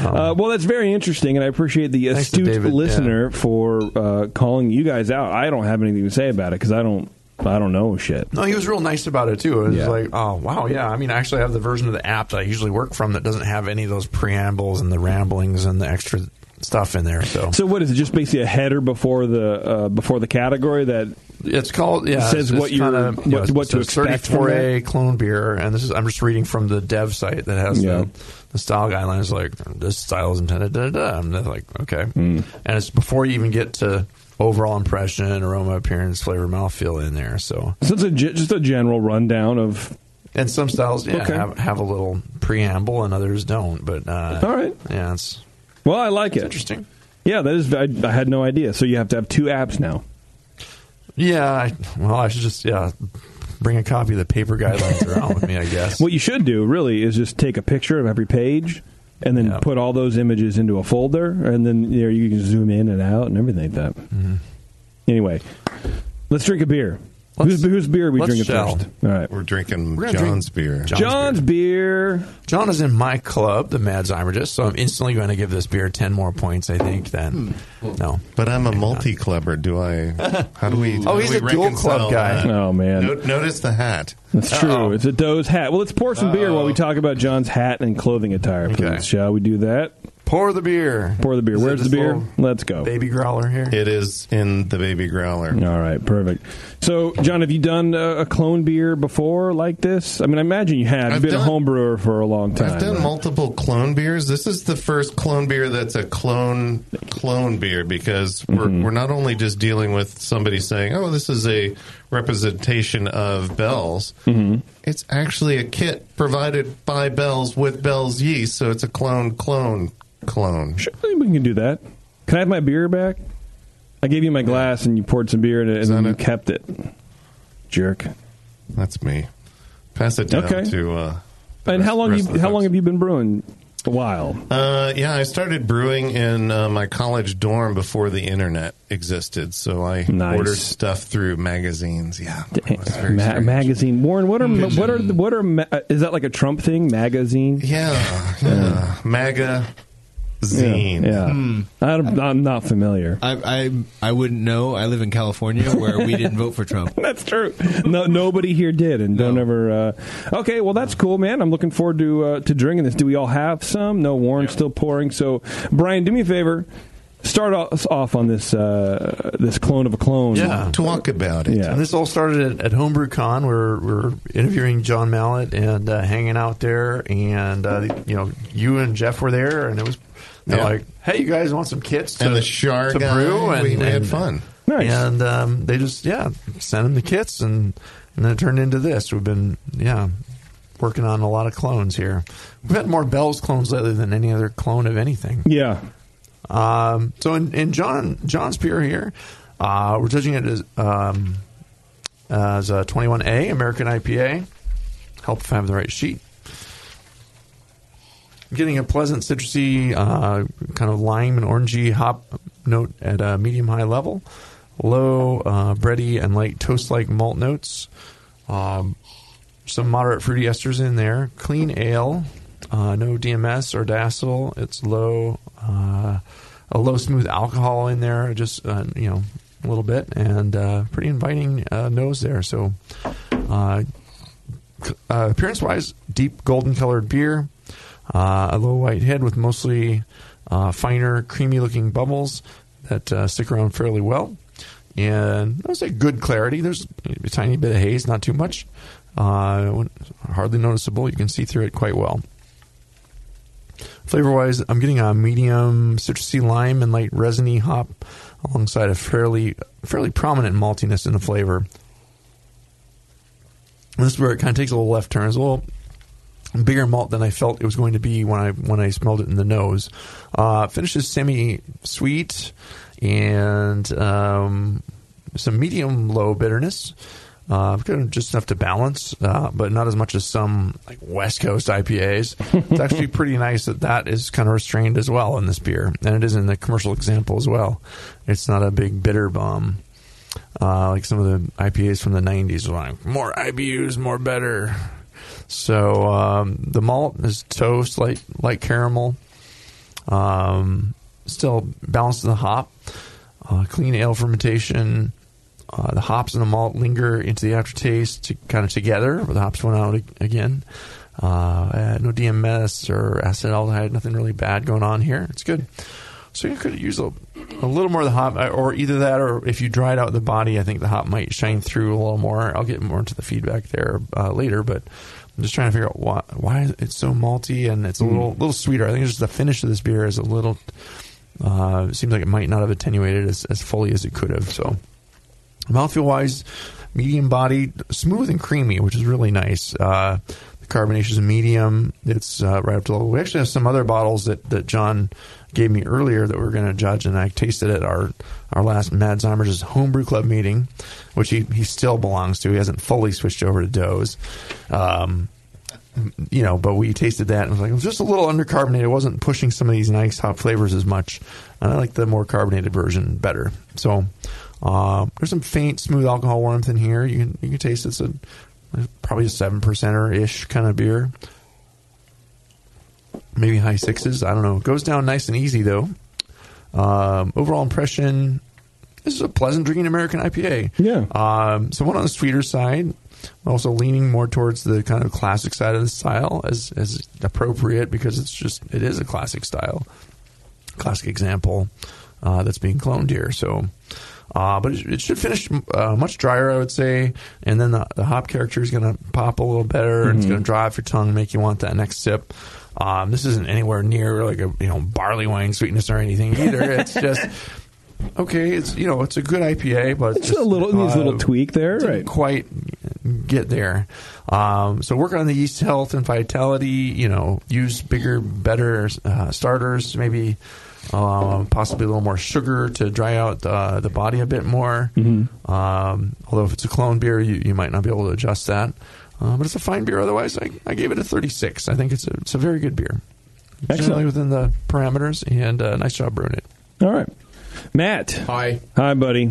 [SPEAKER 5] Um,
[SPEAKER 4] Uh, well, that's very interesting, and I appreciate the
[SPEAKER 5] Thanks to
[SPEAKER 4] astute
[SPEAKER 5] David,
[SPEAKER 4] listener for uh, calling you guys out. I don't have anything to say about it because I don't, I don't know shit.
[SPEAKER 5] No, he was real nice about it too. It was
[SPEAKER 4] Yeah.
[SPEAKER 5] like, oh wow, yeah. I mean, I actually have the version of the app that I usually work from that doesn't have any of those preambles and the ramblings and the extra stuff in there. So,
[SPEAKER 4] So what is it? Just basically a header before the uh, before the category that
[SPEAKER 5] it's called yeah.
[SPEAKER 4] Says
[SPEAKER 5] it's- it's
[SPEAKER 4] what you're-
[SPEAKER 5] kinda,
[SPEAKER 4] what- what to
[SPEAKER 5] it's
[SPEAKER 4] expect from
[SPEAKER 5] 34A clone beer, and this is I'm just reading from the dev site that has
[SPEAKER 4] Yeah.
[SPEAKER 5] the, the style guidelines. Like this style is intended. Da, da, da. And they're like okay,
[SPEAKER 4] Mm.
[SPEAKER 5] and it's before you even get to overall impression, aroma, appearance, flavor, mouthfeel in there. So
[SPEAKER 4] so it's a, ge- just a general rundown of.
[SPEAKER 5] And some styles yeah,
[SPEAKER 4] Okay.
[SPEAKER 5] have, have a little preamble, and others don't. But uh,
[SPEAKER 4] All right.
[SPEAKER 5] yeah, it's
[SPEAKER 4] Well, I like it.
[SPEAKER 5] interesting.
[SPEAKER 4] Yeah, that is. I, I had no idea. So you have to have two apps now.
[SPEAKER 5] Yeah, I, well, I should just yeah bring a copy of the paper guidelines around with me, I guess.
[SPEAKER 4] What you should do really is just take a picture of every page. And then
[SPEAKER 5] Yeah.
[SPEAKER 4] put all those images into a folder, and then you, know, you can zoom in and out and everything like that.
[SPEAKER 5] Mm-hmm.
[SPEAKER 4] Anyway, let's drink a beer.
[SPEAKER 5] Let's-
[SPEAKER 4] whose, whose beer are we
[SPEAKER 5] let's
[SPEAKER 4] drinking
[SPEAKER 5] shall.
[SPEAKER 4] first? All right.
[SPEAKER 7] We're drinking
[SPEAKER 5] We're gonna drink
[SPEAKER 7] John's beer.
[SPEAKER 5] John's
[SPEAKER 4] John's beer.
[SPEAKER 5] John is in my club, the Mad Zymergist, so I'm instantly going to give this beer ten more points. I think than no.
[SPEAKER 7] But I'm a multi clubber. Do I? How do we? how
[SPEAKER 5] Oh,
[SPEAKER 7] do
[SPEAKER 5] he's
[SPEAKER 7] we
[SPEAKER 5] a dual
[SPEAKER 7] reconcile
[SPEAKER 5] club guy.
[SPEAKER 7] that?
[SPEAKER 4] Oh, man.
[SPEAKER 7] No- notice the hat.
[SPEAKER 4] That's true. It's a Doe's hat. Well, let's pour some beer while we talk about John's hat and clothing attire, please.
[SPEAKER 5] Okay.
[SPEAKER 4] Shall we do that?
[SPEAKER 5] Pour the beer.
[SPEAKER 4] Pour the beer.
[SPEAKER 5] Is it
[SPEAKER 4] Where's the
[SPEAKER 5] this
[SPEAKER 4] beer?
[SPEAKER 5] little
[SPEAKER 4] Let's go.
[SPEAKER 5] Baby growler here.
[SPEAKER 7] It is in the baby growler.
[SPEAKER 4] All right, perfect. So, John, have you done a, a clone beer before like this? I mean, I imagine you have. You've
[SPEAKER 7] I've
[SPEAKER 4] been a
[SPEAKER 7] done-
[SPEAKER 4] home brewer for a long time.
[SPEAKER 7] I've done
[SPEAKER 4] right?
[SPEAKER 7] multiple clone beers. This is the first clone beer that's a clone clone beer because we're we're not only just dealing with somebody saying, "Oh, this is a representation of Bell's." It's actually a kit provided by Bell's with Bell's yeast, so it's a clone clone clone.
[SPEAKER 4] Sure, I think we can do that. Can I have my beer back? I gave you my glass and you poured some beer in it and then
[SPEAKER 7] that
[SPEAKER 4] you
[SPEAKER 7] it?
[SPEAKER 4] kept it. Jerk.
[SPEAKER 7] That's me. Pass it down
[SPEAKER 4] Okay.
[SPEAKER 7] to. Uh, the
[SPEAKER 4] And
[SPEAKER 7] rest-
[SPEAKER 4] how long
[SPEAKER 7] rest
[SPEAKER 4] you,
[SPEAKER 7] of the
[SPEAKER 4] how
[SPEAKER 7] folks.
[SPEAKER 4] long have you been brewing? A while.
[SPEAKER 7] Uh, yeah, I started brewing in uh, my college dorm before the internet existed, so I
[SPEAKER 4] Nice.
[SPEAKER 7] ordered stuff through magazines. Yeah, it was very
[SPEAKER 4] Ma-
[SPEAKER 7] strange. Hmm.
[SPEAKER 4] magazine. Warren, what are what are what are ma- is that like a Trump thing? Magazine.
[SPEAKER 7] Yeah, yeah. MAGA, zine.
[SPEAKER 4] Yeah.
[SPEAKER 7] Hmm.
[SPEAKER 4] I don't, I'm not familiar.
[SPEAKER 6] I, I I wouldn't know. I live in California where we didn't vote for Trump.
[SPEAKER 4] That's true. No, nobody here did, and don't
[SPEAKER 6] No.
[SPEAKER 4] ever. Uh, okay, well that's cool, man. I'm looking forward to uh, to drinking this. Do we all have some? No, Warren's still pouring. So, Brian, do me a favor. Start us off on this uh, this clone of a clone.
[SPEAKER 5] Yeah.
[SPEAKER 7] Talk about it.
[SPEAKER 4] yeah.
[SPEAKER 5] And this all started at, at Homebrew Con. We're, we're interviewing John Mallet and uh, hanging out there. And, uh, you know, you and Jeff were there. And it was they're
[SPEAKER 7] Yeah.
[SPEAKER 5] like, hey, you guys want some kits to,
[SPEAKER 7] And the Char
[SPEAKER 5] to
[SPEAKER 7] guy,
[SPEAKER 5] brew? And
[SPEAKER 7] we, we had
[SPEAKER 5] and-
[SPEAKER 7] fun.
[SPEAKER 4] Nice.
[SPEAKER 5] And um, they just, yeah, sent him the kits. And, and then it turned into this. We've been, yeah, working on a lot of clones here. We've had more Bell's clones lately than any other clone of anything.
[SPEAKER 4] Yeah.
[SPEAKER 5] Um, so in, in John John's Pier here, uh, we're judging it as um, as a 21A American IPA. Help if I have the right sheet. Getting a pleasant citrusy uh, kind of lime and orangey hop note at a medium high level, low uh, bready and light toast like malt notes. Um, some moderate fruity esters in there. Clean ale, uh, no DMS or diacetyl. It's low, uh, a low smooth alcohol in there, just uh, you know a little bit, and uh, pretty inviting uh, nose there. So, uh, c- uh, appearance wise, deep golden colored beer, uh, a low white head with mostly uh, finer, creamy looking bubbles that uh, stick around fairly well. And I would say good clarity. There's a tiny bit of haze, not too much. Uh, when- hardly noticeable. You can see through it quite well. Flavor wise, I'm getting a medium citrusy lime and light resiny hop alongside a fairly fairly prominent maltiness in the flavor. And this is where it kind of takes a little left turn. It's a little bigger malt than I felt it was going to be when I when I smelled it in the nose. Uh, finishes semi sweet and um, some medium low bitterness. Uh, kind of just enough to balance, uh, but not as much as some like West Coast IPAs. It's actually pretty nice that that is kind of restrained as well in this beer, and it is in the commercial example as well. It's not a big bitter bomb uh, like some of the IPAs from the 90s were like more IBUs, more better. So um, the malt is toast, light light caramel, um, still balanced in the hop, uh, clean ale fermentation. Uh, the hops and the malt linger into the aftertaste to kind of together. But the hops went out ag- again. Uh, uh, no DMS or acetaldehyde, nothing really bad going on here. It's good. So you could use a, a little more of the hop, uh, or either that, or if you dried out the body, I think the hop might shine through a little more. I'll get more into the feedback there uh, later, but I'm just trying to figure out why why it's so malty and it's a little little sweeter. I think it's just the finish of this beer is a little. Uh, it seems like it might not have attenuated as, as fully as it could have. So mouthfeel wise, medium body, smooth and creamy, which is really nice. Uh, the carbonation is medium. It's uh, right up to level. We actually have some other bottles that, that John gave me earlier that we are going to judge, and I tasted at our our last Mad Zimers' homebrew club meeting, which he, he still belongs to. He hasn't fully switched over to Doe's. Um, you know, but we tasted that and was like, it was just a little undercarbonated. It wasn't pushing some of these nice hop flavors as much. And I like the more carbonated version better. So uh, there's some faint, smooth alcohol warmth in here. You can you can taste it's a probably a seven percenter ish kind of beer, maybe high sixes. I don't know. It goes down nice and easy though. Um, overall impression: This is a pleasant drinking American IPA.
[SPEAKER 4] Yeah.
[SPEAKER 5] Um, somewhat on the sweeter side, also leaning more towards the kind of classic side of the style as as appropriate because it's just it is a classic style, classic example uh, that's being cloned here. So. Uh, but it, it should finish uh, much drier, I would say, and then the, the hop character is going to pop a little better, and it's
[SPEAKER 4] Mm-hmm.
[SPEAKER 5] going to dry off your tongue, make you want that next sip. Um, this isn't anywhere near like a you know barley wine sweetness or anything either. It's just okay. It's you know it's a good IPA, but uh,
[SPEAKER 4] It's a little- it needs a little tweak there,
[SPEAKER 5] didn't
[SPEAKER 4] right.
[SPEAKER 5] Quite get there. Um, so work on the yeast health and vitality. You know, use bigger, better uh, starters. Maybe um, possibly a little more sugar to dry out uh, the body a bit more. Um, although if it's a clone beer, you, you might not be able to adjust that. Uh, but it's a fine beer. Otherwise, I, I gave it a 36. I think it's a, it's a very good beer. Generally within the parameters, and uh, nice job brewing it.
[SPEAKER 4] All right. Matt.
[SPEAKER 1] Hi.
[SPEAKER 4] Hi, buddy.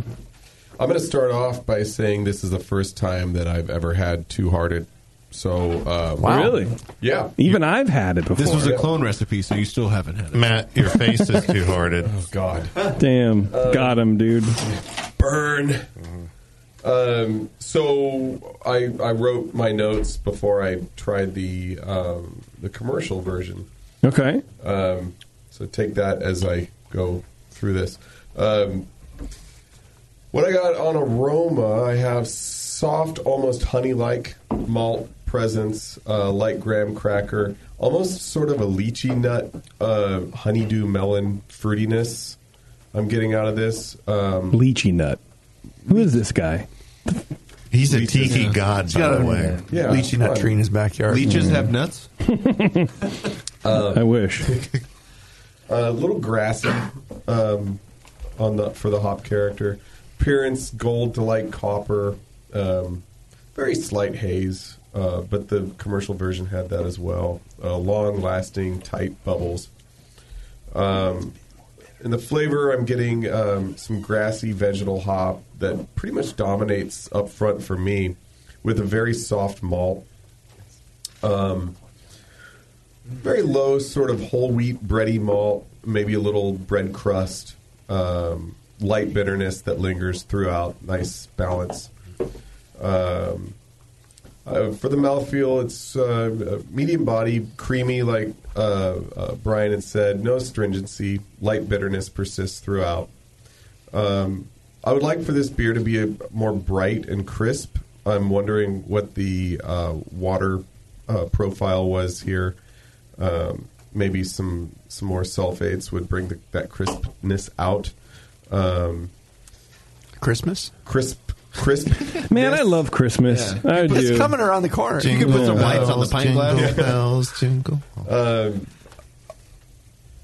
[SPEAKER 1] I'm going to start off by saying this is the first time that I've ever had two hearted So uh,
[SPEAKER 5] Wow.
[SPEAKER 4] Really?
[SPEAKER 1] yeah.
[SPEAKER 4] Even I've had it before.
[SPEAKER 6] This was a clone recipe, so you still haven't had it.
[SPEAKER 7] Matt, your face is too hard.
[SPEAKER 1] Oh, God.
[SPEAKER 4] Damn. Got him, dude.
[SPEAKER 1] burn. Um, so I I wrote my notes before I tried the um, the commercial version.
[SPEAKER 4] Okay.
[SPEAKER 1] Um, so take that as I go through this. Um, what I got on aroma, I have soft, almost honey-like malt presence, uh, light graham cracker, almost sort of a lychee nut, uh, honeydew melon fruitiness. I'm getting out of this. Um,
[SPEAKER 4] Lychee nut. Who is this guy?
[SPEAKER 7] He's a tiki god, by the way.
[SPEAKER 1] Yeah.
[SPEAKER 5] Lychee nut
[SPEAKER 1] Fun.
[SPEAKER 5] tree in his backyard. Mm.
[SPEAKER 6] Leeches have nuts.
[SPEAKER 4] I wish.
[SPEAKER 1] a little grassy um, on the for the hop character. Appearance gold to light copper, um, very slight haze, uh, but the commercial version had that as well. Uh, long lasting tight bubbles. Um, and the flavor, I'm getting um, some grassy vegetal hop that pretty much dominates up front for me, with a very soft malt very low sort of whole wheat bready malt, maybe a little bread crust, um, light bitterness that lingers throughout. Nice balance. Um, uh, for the mouthfeel, it's uh, medium body, creamy, like uh, uh, Brian had said. No stringency. Light bitterness persists throughout. Um, I would like for this beer to be a, more bright and crisp. I'm wondering what the uh, water uh, profile was here. Um, maybe some some more sulfates would bring the, that crispness out. Um,
[SPEAKER 5] Christmas?
[SPEAKER 1] crisp, crisp.
[SPEAKER 4] Man, I love Christmas. I
[SPEAKER 5] But
[SPEAKER 4] do.
[SPEAKER 5] it's coming around the corner.
[SPEAKER 6] You can put some lights on the
[SPEAKER 7] Bells,
[SPEAKER 6] pint glass.
[SPEAKER 7] jingle bells, jingle.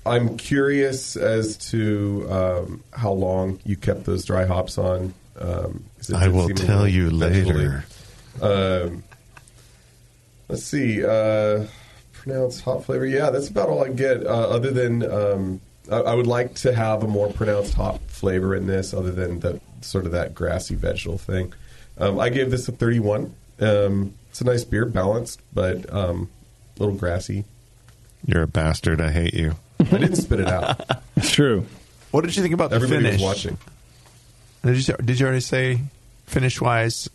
[SPEAKER 1] I'm curious as to um, how long you kept those dry hops on. Um, 'cause it
[SPEAKER 7] I
[SPEAKER 1] did
[SPEAKER 7] will
[SPEAKER 1] seem a
[SPEAKER 7] tell
[SPEAKER 1] little
[SPEAKER 7] you later.
[SPEAKER 1] vegetable-y. Um, let's see. Uh, pronounced hop flavor. Yeah, that's about all I get. Uh, other than um, I, I would like to have a more pronounced hop flavor in this, other than the sort of that grassy vegetal thing. Um, I gave this a 31. Um, it's a nice beer, balanced, but um, a little grassy.
[SPEAKER 7] You're a bastard. I hate you.
[SPEAKER 1] I didn't spit it out.
[SPEAKER 4] It's true.
[SPEAKER 5] What did you think about the
[SPEAKER 1] Everybody
[SPEAKER 5] finish?
[SPEAKER 1] was watching.
[SPEAKER 5] Did you, did you already say finish wise?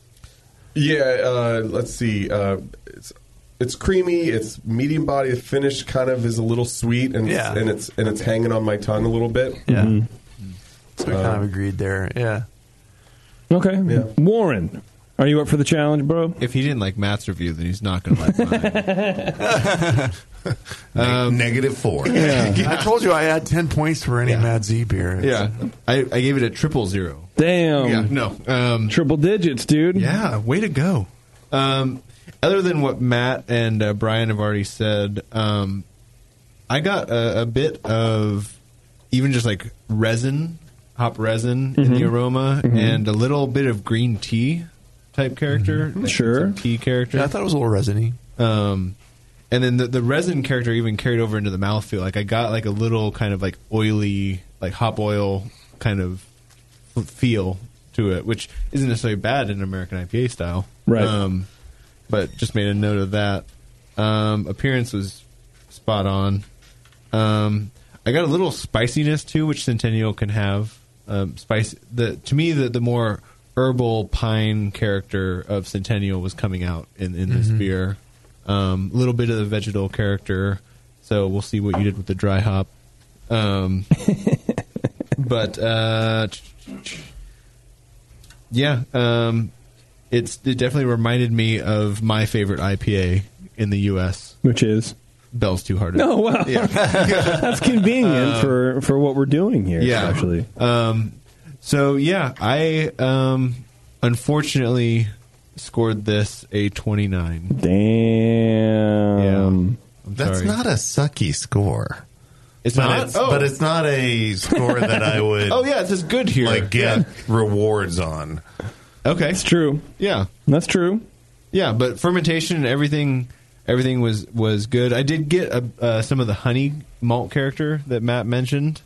[SPEAKER 1] Yeah, uh, let's see. Uh, it's it's creamy. It's medium body. The finish kind of is a little sweet, and
[SPEAKER 5] Yeah.
[SPEAKER 1] it's, and it's and it's hanging on my tongue a little bit.
[SPEAKER 5] Yeah. Mm-hmm. So
[SPEAKER 6] Uh,
[SPEAKER 5] we kind of agreed there. Yeah.
[SPEAKER 4] Okay.
[SPEAKER 1] Yeah.
[SPEAKER 4] Warren, are you up for the challenge, bro?
[SPEAKER 6] If he didn't like Matt's review, then he's not going to like mine. Um,
[SPEAKER 7] Negative four.
[SPEAKER 5] I told you I had 10 points for any
[SPEAKER 6] Yeah.
[SPEAKER 5] Mad Z beer. It's-
[SPEAKER 6] yeah, I, I gave it a triple zero.
[SPEAKER 4] Damn.
[SPEAKER 6] yeah, no. Um,
[SPEAKER 4] Triple digits, dude.
[SPEAKER 6] yeah, way to go. Um, other than what Matt and uh, Brian have already said, um, I got a, a bit of even just like resin, hop resin in the aroma, and a little bit of green tea type character. Like
[SPEAKER 4] Sure.
[SPEAKER 6] some tea character.
[SPEAKER 5] Yeah, I thought it was a little resiny.
[SPEAKER 6] Um, and then the, the resin character even carried over into the mouthfeel. Like I got like a little kind of like oily, like hop oil kind of f- feel to it, which isn't necessarily bad in American IPA style.
[SPEAKER 4] Right.
[SPEAKER 6] Um, but just made a note of that. Um, appearance was spot on. Um, I got a little spiciness too, which Centennial can have. Um, spice. The to me the the more herbal pine character of Centennial was coming out in in this beer. Um, A little bit of the vegetal character. So we'll see what you did with the dry hop. Um, but uh, yeah, um, it's it definitely reminded me of my favorite IPA in the U.S.
[SPEAKER 4] Which is.
[SPEAKER 6] Bell's Too Hard.
[SPEAKER 4] Oh, wow. That's convenient for, for what we're doing here,
[SPEAKER 6] yeah.
[SPEAKER 4] actually.
[SPEAKER 6] Um, so yeah, I um, unfortunately scored this a twenty nine.
[SPEAKER 4] Damn.
[SPEAKER 6] I'm
[SPEAKER 7] That's
[SPEAKER 6] sorry.
[SPEAKER 7] not a sucky score.
[SPEAKER 6] It's
[SPEAKER 7] But,
[SPEAKER 6] not.
[SPEAKER 7] it's,
[SPEAKER 6] oh.
[SPEAKER 7] but it's not a score that I would
[SPEAKER 6] oh yeah, it says good here.
[SPEAKER 7] like get rewards on.
[SPEAKER 6] okay.
[SPEAKER 4] It's true.
[SPEAKER 6] Yeah.
[SPEAKER 4] That's true.
[SPEAKER 6] Yeah, but fermentation and everything, everything was was good. I did get uh uh, some of the honey malt character that Matt mentioned.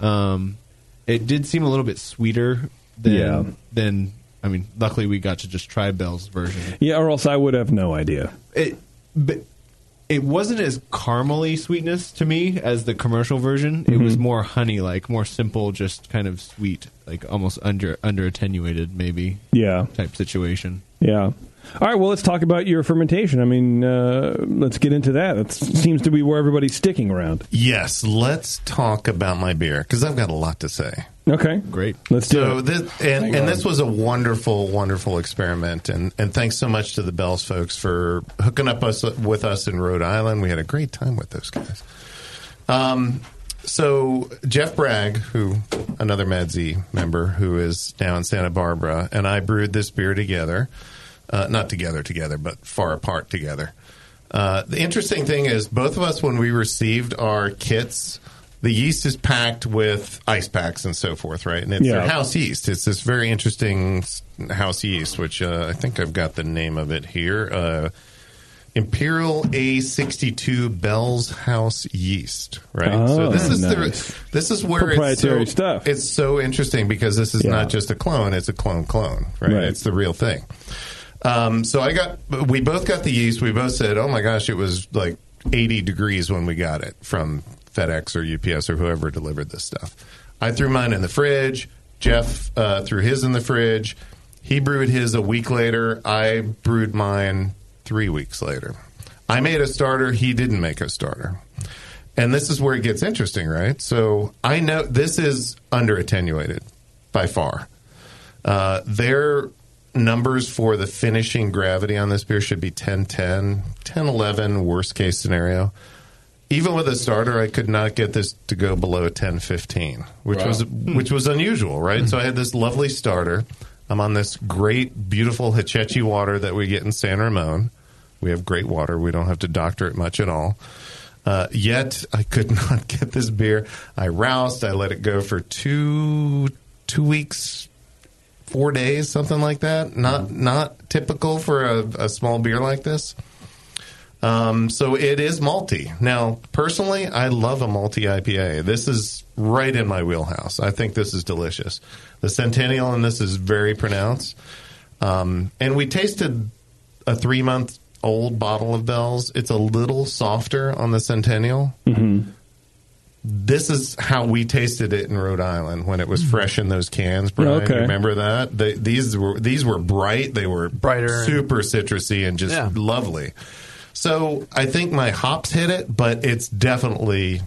[SPEAKER 6] Um, it did seem a little bit sweeter than
[SPEAKER 4] Yeah.
[SPEAKER 6] than I mean, luckily we got to just try Bell's version.
[SPEAKER 4] Yeah, or else I would have no idea.
[SPEAKER 6] It, but it wasn't as caramely sweetness to me as the commercial version. It was more honey like, more simple, just kind of sweet, like almost under under attenuated maybe
[SPEAKER 4] Yeah.
[SPEAKER 6] type situation.
[SPEAKER 4] Yeah. All right. Well, let's talk about your fermentation. I mean, uh, let's get into that. That seems to be where everybody's sticking around.
[SPEAKER 7] Yes, let's talk about my beer because I've got a lot to say.
[SPEAKER 4] Okay.
[SPEAKER 6] Great.
[SPEAKER 4] Let's do
[SPEAKER 7] So
[SPEAKER 4] it.
[SPEAKER 7] this and, and this was a wonderful, wonderful experiment, and and thanks so much to the Bells folks for hooking up us with us in Rhode Island. We had a great time with those guys. Um, so Jeff Bragg, who another Mad Z member who is now in Santa Barbara, and I brewed this beer together, uh, not together together, but far apart together. Uh, the interesting thing is, both of us, when we received our kits, the yeast is packed with ice packs and so forth, right? And it's their
[SPEAKER 4] Yeah.
[SPEAKER 7] house yeast. It's this very interesting s- house yeast, which uh, I think I've got the name of it here. Uh, Imperial A62 Bell's House yeast, right?
[SPEAKER 4] Oh,
[SPEAKER 7] so this is
[SPEAKER 4] nice.
[SPEAKER 7] the this is where
[SPEAKER 4] Proprietary
[SPEAKER 7] it's so,
[SPEAKER 4] stuff.
[SPEAKER 7] It's so interesting because this is
[SPEAKER 4] Yeah.
[SPEAKER 7] not just a clone; it's a clone clone, right?
[SPEAKER 4] Right.
[SPEAKER 7] It's the real thing. Um, so I got we both got the yeast. We both said, "Oh my gosh, it was like 80 degrees when we got it from FedEx or UPS or whoever delivered this stuff." I threw mine in the fridge. Jeff uh, threw his in the fridge. He brewed his a week later. I brewed mine three weeks later. I made a starter. He didn't make a starter. And this is where it gets interesting, right? So I know this is under attenuated by far. Uh, their numbers for the finishing gravity on this beer should be 10 10, 10 11, worst case scenario. Even with a starter, I could not get this to go below 10 15, which was which was unusual, right? So I had this lovely starter. I'm on this great, beautiful Hichechi water that we get in San Ramon. We have great water. We don't have to doctor it much at all. Uh, yet I could not get this beer. I roused. I let it go for two two weeks, four days, something like that. Not not typical for a, a small beer like this. Um, so it is malty. Now, personally, I love a malty IPA. This is right in my wheelhouse. I think this is delicious. The Centennial in this is very pronounced. Um, and we tasted a three month old bottle of Bell's. It's a little softer on the Centennial. This is how we tasted it in Rhode Island when it was fresh in those cans. Brian,
[SPEAKER 4] Okay.
[SPEAKER 7] you remember that? They, these were these were bright. They were
[SPEAKER 5] Brighter.
[SPEAKER 7] super citrusy, and just
[SPEAKER 5] Yeah.
[SPEAKER 7] lovely. So I think my hops hit it, but it's definitely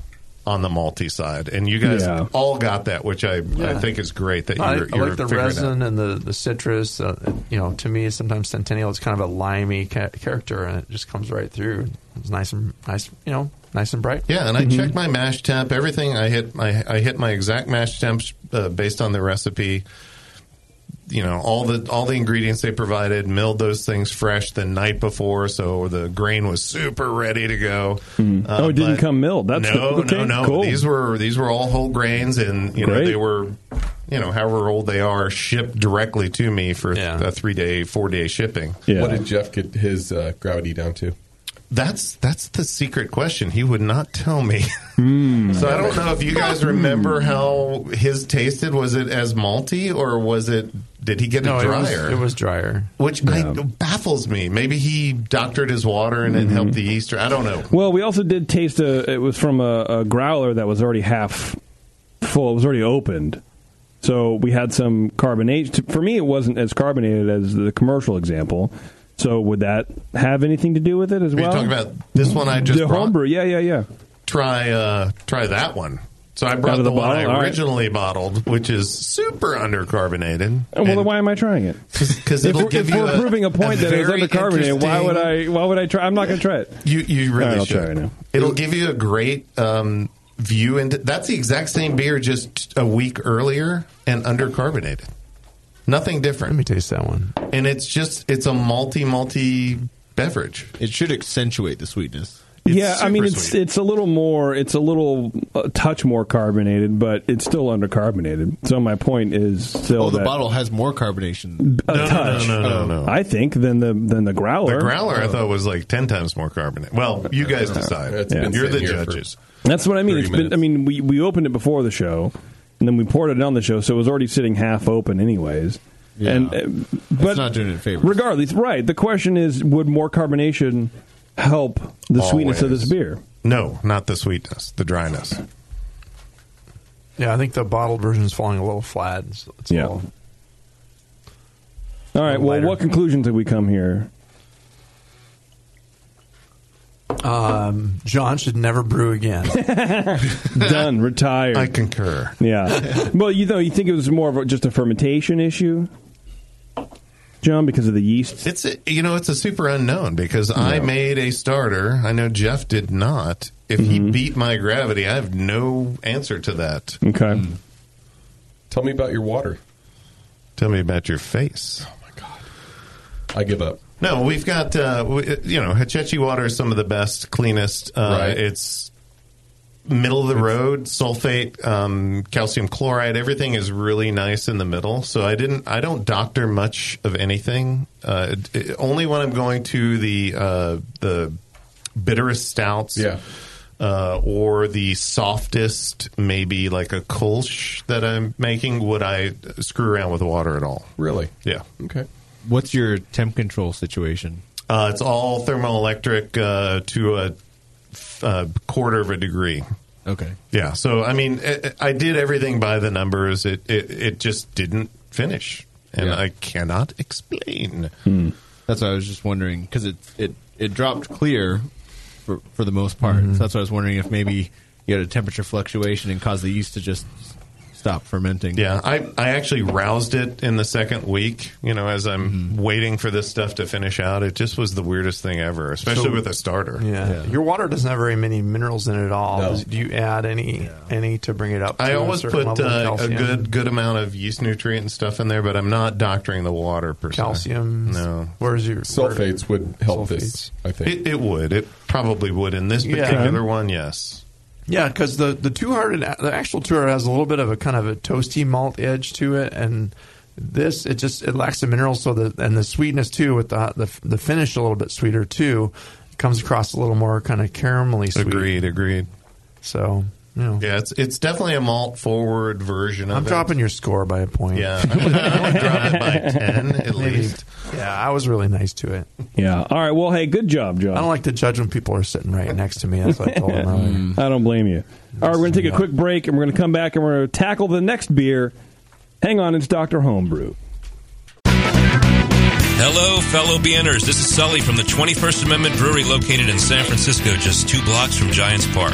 [SPEAKER 7] on the malty side. And you guys
[SPEAKER 4] Yeah.
[SPEAKER 7] all got that, which I, I
[SPEAKER 5] Yeah.
[SPEAKER 7] think is great that
[SPEAKER 5] I,
[SPEAKER 7] you're,
[SPEAKER 5] I
[SPEAKER 7] you're
[SPEAKER 5] like the
[SPEAKER 7] figuring out.
[SPEAKER 5] resin and the, the citrus. Uh, you know, to me, sometimes Centennial is kind of a limey ca- character, and it just comes right through. It's nice and nice, you know, nice and bright.
[SPEAKER 7] Yeah, and
[SPEAKER 4] Mm-hmm.
[SPEAKER 7] I checked my mash temp. Everything I hit, I, I hit my exact mash temp uh, based on the recipe. You know, all the all the ingredients they provided, milled those things fresh the night before, so the grain was super ready to go. Uh,
[SPEAKER 4] Oh, it didn't
[SPEAKER 7] but-
[SPEAKER 4] come milled. That's
[SPEAKER 7] no, no,
[SPEAKER 4] okay,
[SPEAKER 7] no.
[SPEAKER 4] cool.
[SPEAKER 7] These were these were all whole grains, and you know
[SPEAKER 4] Great.
[SPEAKER 7] they were, you know, however old they are, shipped directly to me for
[SPEAKER 5] Yeah.
[SPEAKER 7] a three day, four day shipping.
[SPEAKER 4] yeah.
[SPEAKER 1] What did Jeff get his uh, gravity down to?
[SPEAKER 7] That's that's the secret question. He would not tell me.
[SPEAKER 4] Hmm.
[SPEAKER 7] so I don't know if you guys remember how his tasted. Was it as malty or was it? Did he get
[SPEAKER 5] No,
[SPEAKER 7] it
[SPEAKER 5] it was,
[SPEAKER 7] drier?
[SPEAKER 5] it was drier.
[SPEAKER 7] which I, baffles me. Maybe he doctored his water and it helped the yeast. or- I don't know.
[SPEAKER 4] Hmm. Well, we also did taste a. It was from a, a growler that was already half full. It was already opened, so we had some carbonation. For me, it wasn't as carbonated as the commercial example. So, would that have anything to do with it as
[SPEAKER 7] Are you
[SPEAKER 4] well?
[SPEAKER 7] talking about this one I just
[SPEAKER 4] the
[SPEAKER 7] brought?
[SPEAKER 4] homebrew, yeah, yeah, yeah.
[SPEAKER 7] try uh, try that one. So I brought
[SPEAKER 4] Out
[SPEAKER 7] the,
[SPEAKER 4] of the
[SPEAKER 7] one
[SPEAKER 4] bottle? All
[SPEAKER 7] I
[SPEAKER 4] right.
[SPEAKER 7] originally bottled, which is super undercarbonated.
[SPEAKER 4] Well, then why am I trying it?
[SPEAKER 7] Because
[SPEAKER 4] If
[SPEAKER 7] it'll
[SPEAKER 4] we're,
[SPEAKER 7] give
[SPEAKER 4] if
[SPEAKER 7] you
[SPEAKER 4] we're
[SPEAKER 7] a,
[SPEAKER 4] proving a point
[SPEAKER 7] a
[SPEAKER 4] that it's
[SPEAKER 7] very
[SPEAKER 4] undercarbonated, why would
[SPEAKER 7] interesting-
[SPEAKER 4] I? Why would I try? I'm not going to try it.
[SPEAKER 7] You you
[SPEAKER 4] All
[SPEAKER 7] really
[SPEAKER 4] right, I'll
[SPEAKER 7] should.
[SPEAKER 4] try right now.
[SPEAKER 7] It'll give you a great um, view into. That's the exact same beer, just a week earlier and undercarbonated. Nothing
[SPEAKER 5] Let me
[SPEAKER 7] different,
[SPEAKER 5] taste that one.
[SPEAKER 7] and it's just it's a multi multi beverage.
[SPEAKER 6] It should accentuate the sweetness.
[SPEAKER 7] It's
[SPEAKER 4] yeah, I mean
[SPEAKER 7] super
[SPEAKER 4] it's
[SPEAKER 7] sweet.
[SPEAKER 4] it's a little more, it's a little a touch more carbonated, but it's still undercarbonated. So my point is still
[SPEAKER 6] Oh, the
[SPEAKER 4] that Uh,
[SPEAKER 6] bottle has more carbonation.
[SPEAKER 4] a touch.
[SPEAKER 7] No, no, no, no.
[SPEAKER 4] I think than the than the growler.
[SPEAKER 7] The growler
[SPEAKER 4] Oh.
[SPEAKER 7] I thought was like ten times more carbonated. Well, you guys decide.
[SPEAKER 1] It's been
[SPEAKER 7] You're the
[SPEAKER 1] sitting here for-
[SPEAKER 7] judges.
[SPEAKER 4] That's what I mean. It's
[SPEAKER 1] 30
[SPEAKER 4] been. I mean, we we opened it before the show, and then we poured it on the show, so it was already sitting half open, anyways. And
[SPEAKER 6] Yeah.
[SPEAKER 4] uh, but
[SPEAKER 6] not doing it favors.
[SPEAKER 4] Regardless, right? The question is, would more carbonation help the sweetness of
[SPEAKER 7] Always.
[SPEAKER 4] this beer?
[SPEAKER 7] No, not the sweetness, the dryness.
[SPEAKER 5] Yeah, I think the bottled version is falling a little flat. It's, it's
[SPEAKER 4] Yeah.
[SPEAKER 5] a little,
[SPEAKER 4] All right. Well,
[SPEAKER 5] Lighter.
[SPEAKER 4] what conclusions have we come here?
[SPEAKER 5] John should never brew again.
[SPEAKER 4] Done. Retired.
[SPEAKER 7] I concur.
[SPEAKER 4] yeah. well, you know, you think it was more of a, just a fermentation issue, John, because of the yeast.
[SPEAKER 7] It's a, you know it's a super unknown because I made a starter. I know Jeff did not. If he beat my gravity, I have no answer to that.
[SPEAKER 4] Okay.
[SPEAKER 1] Tell me about your water.
[SPEAKER 7] Tell me about your face.
[SPEAKER 1] I give up.
[SPEAKER 7] No, we've got uh, we, you know Hachechi water is some of the best, cleanest. Uh,
[SPEAKER 1] Right.
[SPEAKER 7] It's middle of the road, sulfate, um, calcium chloride. Everything is really nice in the middle. So I didn't, I don't doctor much of anything. Uh, it- it- only when I'm going to the uh, the bitterest stouts.
[SPEAKER 1] Yeah.
[SPEAKER 7] Uh, or the softest, maybe like a Kolsch that I'm making, would I screw around with water at all?
[SPEAKER 1] Really?
[SPEAKER 7] Yeah.
[SPEAKER 1] Okay.
[SPEAKER 6] What's your temp control situation?
[SPEAKER 7] Uh, it's all thermoelectric uh, to a, f- a quarter of a degree.
[SPEAKER 6] Okay.
[SPEAKER 7] Yeah. So I mean, I, I did everything by the numbers. It it, it just didn't finish, and
[SPEAKER 6] Yeah.
[SPEAKER 7] I cannot explain.
[SPEAKER 5] Hmm.
[SPEAKER 6] That's what I was just wondering because it it it dropped clear for for the most part.
[SPEAKER 7] Mm-hmm.
[SPEAKER 6] So that's what I was wondering if maybe you had a temperature fluctuation and caused the yeast to just stop fermenting.
[SPEAKER 7] Yeah, I, I actually roused it in the second week. You know, as I'm
[SPEAKER 5] Hmm.
[SPEAKER 7] waiting for this stuff to finish out, it just was the weirdest thing ever, especially
[SPEAKER 5] So-
[SPEAKER 7] with a starter.
[SPEAKER 5] yeah.
[SPEAKER 6] Yeah.
[SPEAKER 5] your water doesn't have very many minerals in it at all.
[SPEAKER 1] No.
[SPEAKER 5] Does- Do you add any any to bring it up?
[SPEAKER 7] I
[SPEAKER 5] to a
[SPEAKER 7] always
[SPEAKER 5] certain
[SPEAKER 7] put
[SPEAKER 5] level of
[SPEAKER 7] uh, a
[SPEAKER 5] calcium?
[SPEAKER 7] good good amount of yeast nutrient and stuff in there, but I'm not doctoring the water per se.
[SPEAKER 5] calcium.
[SPEAKER 7] No,
[SPEAKER 5] where's your
[SPEAKER 1] Sulfates would help this, I
[SPEAKER 7] It,
[SPEAKER 1] think.
[SPEAKER 7] it would. It probably would in this
[SPEAKER 5] Yeah.
[SPEAKER 7] particular one. Yes.
[SPEAKER 5] Yeah, because the the two hearted the actual two hearted has a little bit of a kind of a toasty malt edge to it, and this it just it lacks the minerals, so the and the sweetness too with the the, the finish a little bit sweeter too comes across a little more kind of caramelly sweet.
[SPEAKER 7] Agreed. Agreed.
[SPEAKER 5] So you know,
[SPEAKER 7] Yeah, it's it's definitely a malt forward version of
[SPEAKER 5] I'm
[SPEAKER 7] it.
[SPEAKER 5] dropping your score by a point.
[SPEAKER 7] Yeah, I would, I would drop it by ten at
[SPEAKER 5] Maybe.
[SPEAKER 7] least.
[SPEAKER 5] Yeah, I was really nice to it.
[SPEAKER 4] Yeah. All right. Well, hey, good job, John.
[SPEAKER 5] I don't like to judge when people are sitting right next to me. That's what I told them earlier.
[SPEAKER 7] Mm.
[SPEAKER 4] I don't blame you. All right, we're going to take a quick break and we're going to come back and we're going to tackle the next beer. Hang on, it's Dr. Homebrew.
[SPEAKER 3] Hello, fellow Bienners. This is Sully from the 21st Amendment Brewery located in San Francisco, just two blocks from Giants Park.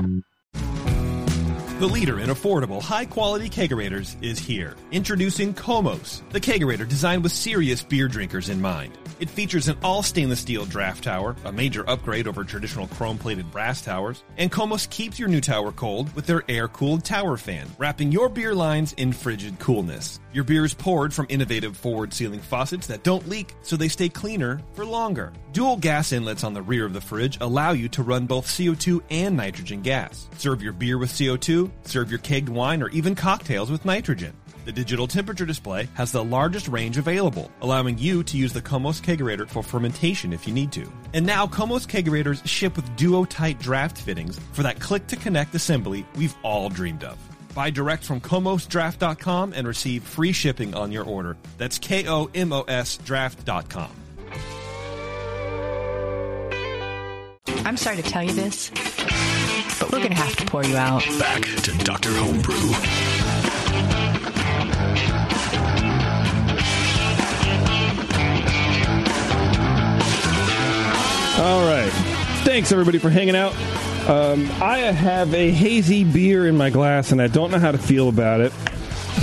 [SPEAKER 8] The leader in affordable, high quality kegerators is here. Introducing Komos, the kegerator designed with serious beer drinkers in mind. It features an all stainless steel draft tower, a major upgrade over traditional chrome plated brass towers, and Komos keeps your new tower cold with their air cooled tower fan, wrapping your beer lines in frigid coolness. Your beer is poured from innovative forward sealing faucets that don't leak, so they stay cleaner for longer. Dual gas inlets on the rear of the fridge allow you to run both CO2 and nitrogen gas. Serve your beer with CO2, serve your kegged wine, or even cocktails with nitrogen. The digital temperature display has the largest range available, allowing you to use the Comos Kegerator for fermentation if you need to. And now Comos Kegerators ship with duo-tight draft fittings for that click-to-connect assembly we've all dreamed of. Buy direct from comosdraft.com and receive free shipping on your order. That's K-O-M-O-S draft.com.
[SPEAKER 9] I'm sorry to tell you this, but we're going to have to pour you out.
[SPEAKER 2] Back to Dr. Homebrew.
[SPEAKER 4] All right. Thanks, everybody, for hanging out. Um, I have a hazy beer in my glass, and I don't know how to feel about it.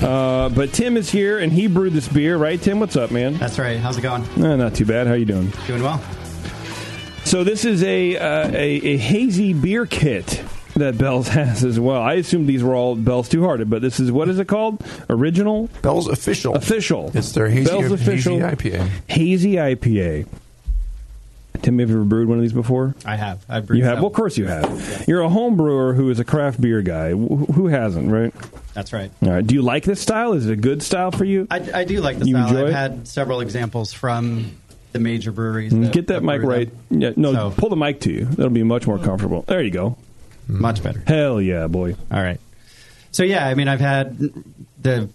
[SPEAKER 4] Uh, but Tim is here, and he brewed this beer, right? Tim, what's up, man?
[SPEAKER 10] That's right. How's it going?
[SPEAKER 4] No, not too bad. How you doing?
[SPEAKER 10] Doing well.
[SPEAKER 4] So this is a, uh, a a hazy beer kit that Bell's has as well. I assume these were all Bell's Two Hearted, but this is what is it called? Original
[SPEAKER 5] Bell's official.
[SPEAKER 4] official.
[SPEAKER 5] It's their hazy,
[SPEAKER 4] Bell's
[SPEAKER 5] hazy
[SPEAKER 4] official
[SPEAKER 5] IPA.
[SPEAKER 4] hazy IPA. Tim, have you ever brewed one of these before?
[SPEAKER 10] I have. I've brewed
[SPEAKER 4] You have?
[SPEAKER 10] some.
[SPEAKER 4] Well, of course you have. You're a home brewer who is a craft beer guy. Wh- Who hasn't, right?
[SPEAKER 10] That's right.
[SPEAKER 4] All right. Do you like this style? Is it a good style for you?
[SPEAKER 10] I, I do like the
[SPEAKER 4] You
[SPEAKER 10] style.
[SPEAKER 4] enjoy it?
[SPEAKER 10] I've had several examples from the major breweries.
[SPEAKER 4] Mm, Get that mic
[SPEAKER 10] brew
[SPEAKER 4] right.
[SPEAKER 10] them.
[SPEAKER 4] Yeah, no,
[SPEAKER 10] So-
[SPEAKER 4] pull the mic to you. That'll be much more comfortable. There you go.
[SPEAKER 10] Much better.
[SPEAKER 4] Hell yeah, boy.
[SPEAKER 10] All right. So yeah, I mean, I've had the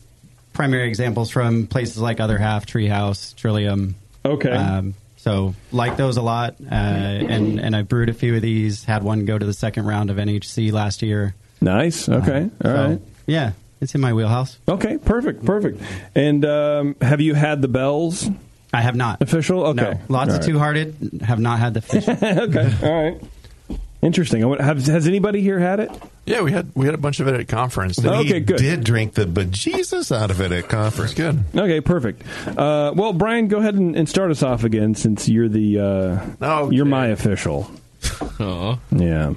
[SPEAKER 10] primary examples from places like Other Half, Treehouse, Trillium.
[SPEAKER 4] Okay.
[SPEAKER 10] Um, so like those a lot, uh, and and I brewed a few of these. Had one go to the second round of NHC last year.
[SPEAKER 4] Nice. Okay.
[SPEAKER 10] Uh,
[SPEAKER 4] All
[SPEAKER 10] so,
[SPEAKER 4] right.
[SPEAKER 10] Yeah, it's in my wheelhouse.
[SPEAKER 4] Okay. Perfect. Perfect. And um, have you had the bells?
[SPEAKER 10] I have not
[SPEAKER 4] Official? Okay.
[SPEAKER 10] No, lots
[SPEAKER 4] All right.
[SPEAKER 10] of two-hearted. Have not had the fish.
[SPEAKER 4] okay. All right. Interesting. I wa- Have, has anybody here had it?
[SPEAKER 5] Yeah, we had we had a bunch of it at conference.
[SPEAKER 4] Oh,
[SPEAKER 7] He
[SPEAKER 4] okay, good.
[SPEAKER 7] did drink the bejesus out of it at conference.
[SPEAKER 5] It's good.
[SPEAKER 4] Okay, perfect. Uh, well, Brian, go ahead and, and start us off again, since you're the uh,
[SPEAKER 5] Okay.
[SPEAKER 4] you're my official.
[SPEAKER 6] Aw.
[SPEAKER 4] Yeah.
[SPEAKER 5] All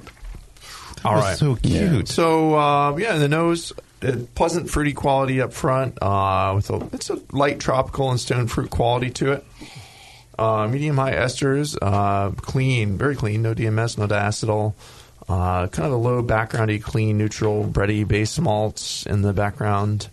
[SPEAKER 7] That's
[SPEAKER 5] right.
[SPEAKER 7] so cute.
[SPEAKER 5] So um, yeah, the nose, uh, pleasant fruity quality up front. Uh, with a, it's a light tropical and stone fruit quality to it. Uh, medium high esters, uh, clean, very clean, no DMS, no diacetyl. Uh, kind of a low backgroundy, clean, neutral, bready base malts in the background.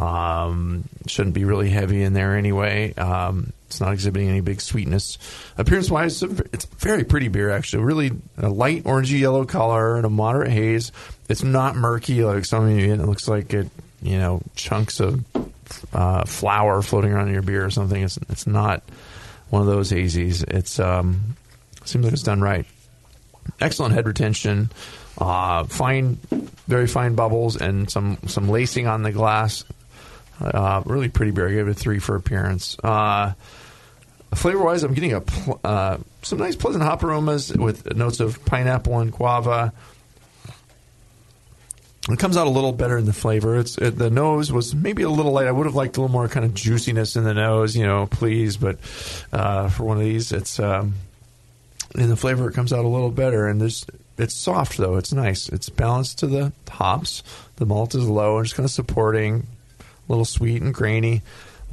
[SPEAKER 5] Um, shouldn't be really heavy in there anyway. Um, it's not exhibiting any big sweetness. Appearance wise, it's a very pretty beer, actually. Really a light orangey yellow color and a moderate haze. It's not murky like some of you. It looks like it, you know, chunks of uh, flour floating around in your beer or something. It's, it's not one of those hazies. It's um, seems like it's done right. Excellent head retention, uh, fine, very fine bubbles, and some some lacing on the glass. Uh, really pretty beer. I gave it a three for appearance. Uh, flavor wise, I'm getting a pl- uh, some nice pleasant hop aromas with notes of pineapple and guava. It comes out a little better in the flavor. It's it, the nose was maybe a little light. I would have liked a little more kind of juiciness in the nose, you know, please. But uh, for one of these, it's um, in the flavor. It comes out a little better, and there's it's soft though. It's nice. It's balanced to the hops. The malt is low and just kind of supporting, a little sweet and grainy,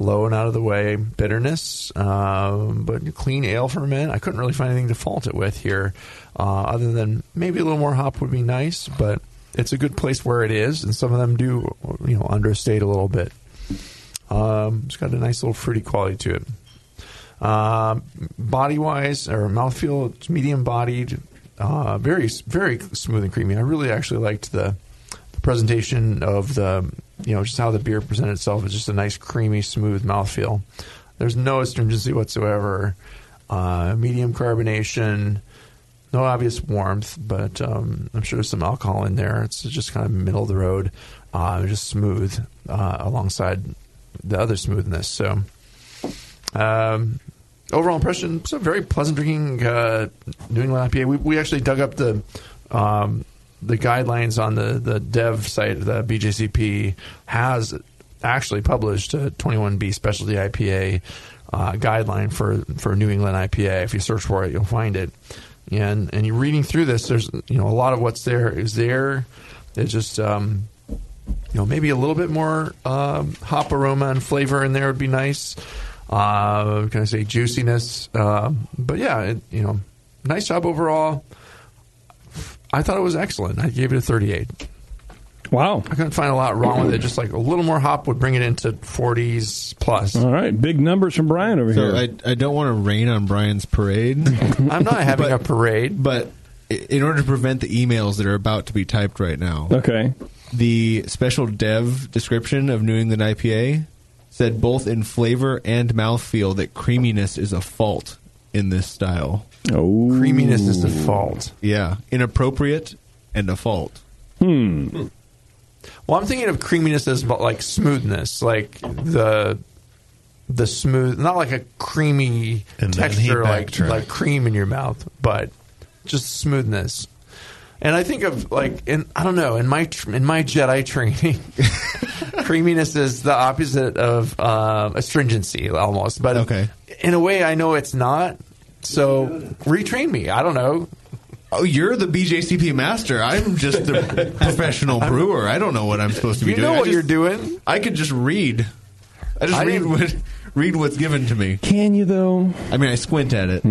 [SPEAKER 5] low and out of the way bitterness, um, but clean ale ferment. I couldn't really find anything to fault it with here, uh, other than maybe a little more hop would be nice, but it's a good place where it is, and some of them do, you know, understate a little bit. Um, it's got a nice little fruity quality to it. Um body wise or mouthfeel, it's medium bodied, uh, very very smooth and creamy. I really actually liked the, the presentation of the you know just how the beer presented itself. It's just a nice creamy, smooth mouthfeel. There's no astringency whatsoever. Uh, medium carbonation, no obvious warmth, but um, I'm sure there's some alcohol in there. It's just kind of middle of the road, uh, just smooth uh, alongside the other smoothness. So, um, overall impression: it's a very pleasant drinking uh, New England IPA. We, we actually dug up the um, the guidelines on the the dev site. The BJCP has actually published a 21B specialty IPA uh, guideline for for New England IPA. If you search for it, you'll find it. And and you're reading through this. There's you know a lot of what's there is there. It's just um, you know, maybe a little bit more um, hop aroma and flavor in there would be nice. Uh, can I say juiciness? Um but yeah, it, you know, nice job overall. I thought it was excellent. I gave it a 38.
[SPEAKER 4] Wow.
[SPEAKER 5] I couldn't find a lot wrong with it. Just like a little more hop would bring it into 40s plus.
[SPEAKER 6] Mm-hmm.
[SPEAKER 4] All right. Big numbers from Brian over
[SPEAKER 6] So
[SPEAKER 4] here.
[SPEAKER 6] I, I don't want to rain on Brian's parade,
[SPEAKER 5] I'm not having
[SPEAKER 6] But-
[SPEAKER 5] a parade.
[SPEAKER 6] but i- in order to prevent the emails that are about to be typed right now,
[SPEAKER 4] okay.
[SPEAKER 6] the special dev description of New England IPA said both in flavor and mouthfeel that creaminess is a fault in this style.
[SPEAKER 4] Oh.
[SPEAKER 5] Creaminess is the fault.
[SPEAKER 6] Yeah, inappropriate and a fault.
[SPEAKER 4] Hmm.
[SPEAKER 5] Well, I'm thinking of creaminess as about like smoothness, like the the smooth, not like a creamy
[SPEAKER 7] And then he
[SPEAKER 5] texture like
[SPEAKER 7] backtracked.
[SPEAKER 5] like cream in your mouth, but just smoothness. And I think of like, in I don't know, in my tr- in my Jedi training, creaminess is the opposite of uh, astringency almost. But okay. in a way, I know it's not. So retrain me. I don't know.
[SPEAKER 6] Oh, you're the BJCP master. I'm just a professional brewer. I don't know what I'm supposed to be
[SPEAKER 5] You
[SPEAKER 6] doing.
[SPEAKER 5] know
[SPEAKER 6] I
[SPEAKER 5] what
[SPEAKER 6] just-
[SPEAKER 5] you're doing.
[SPEAKER 6] I could just read. I just
[SPEAKER 5] I
[SPEAKER 6] read
[SPEAKER 5] didn't-
[SPEAKER 6] what read what's given to me.
[SPEAKER 4] Can you though?
[SPEAKER 6] I mean, I squint at it.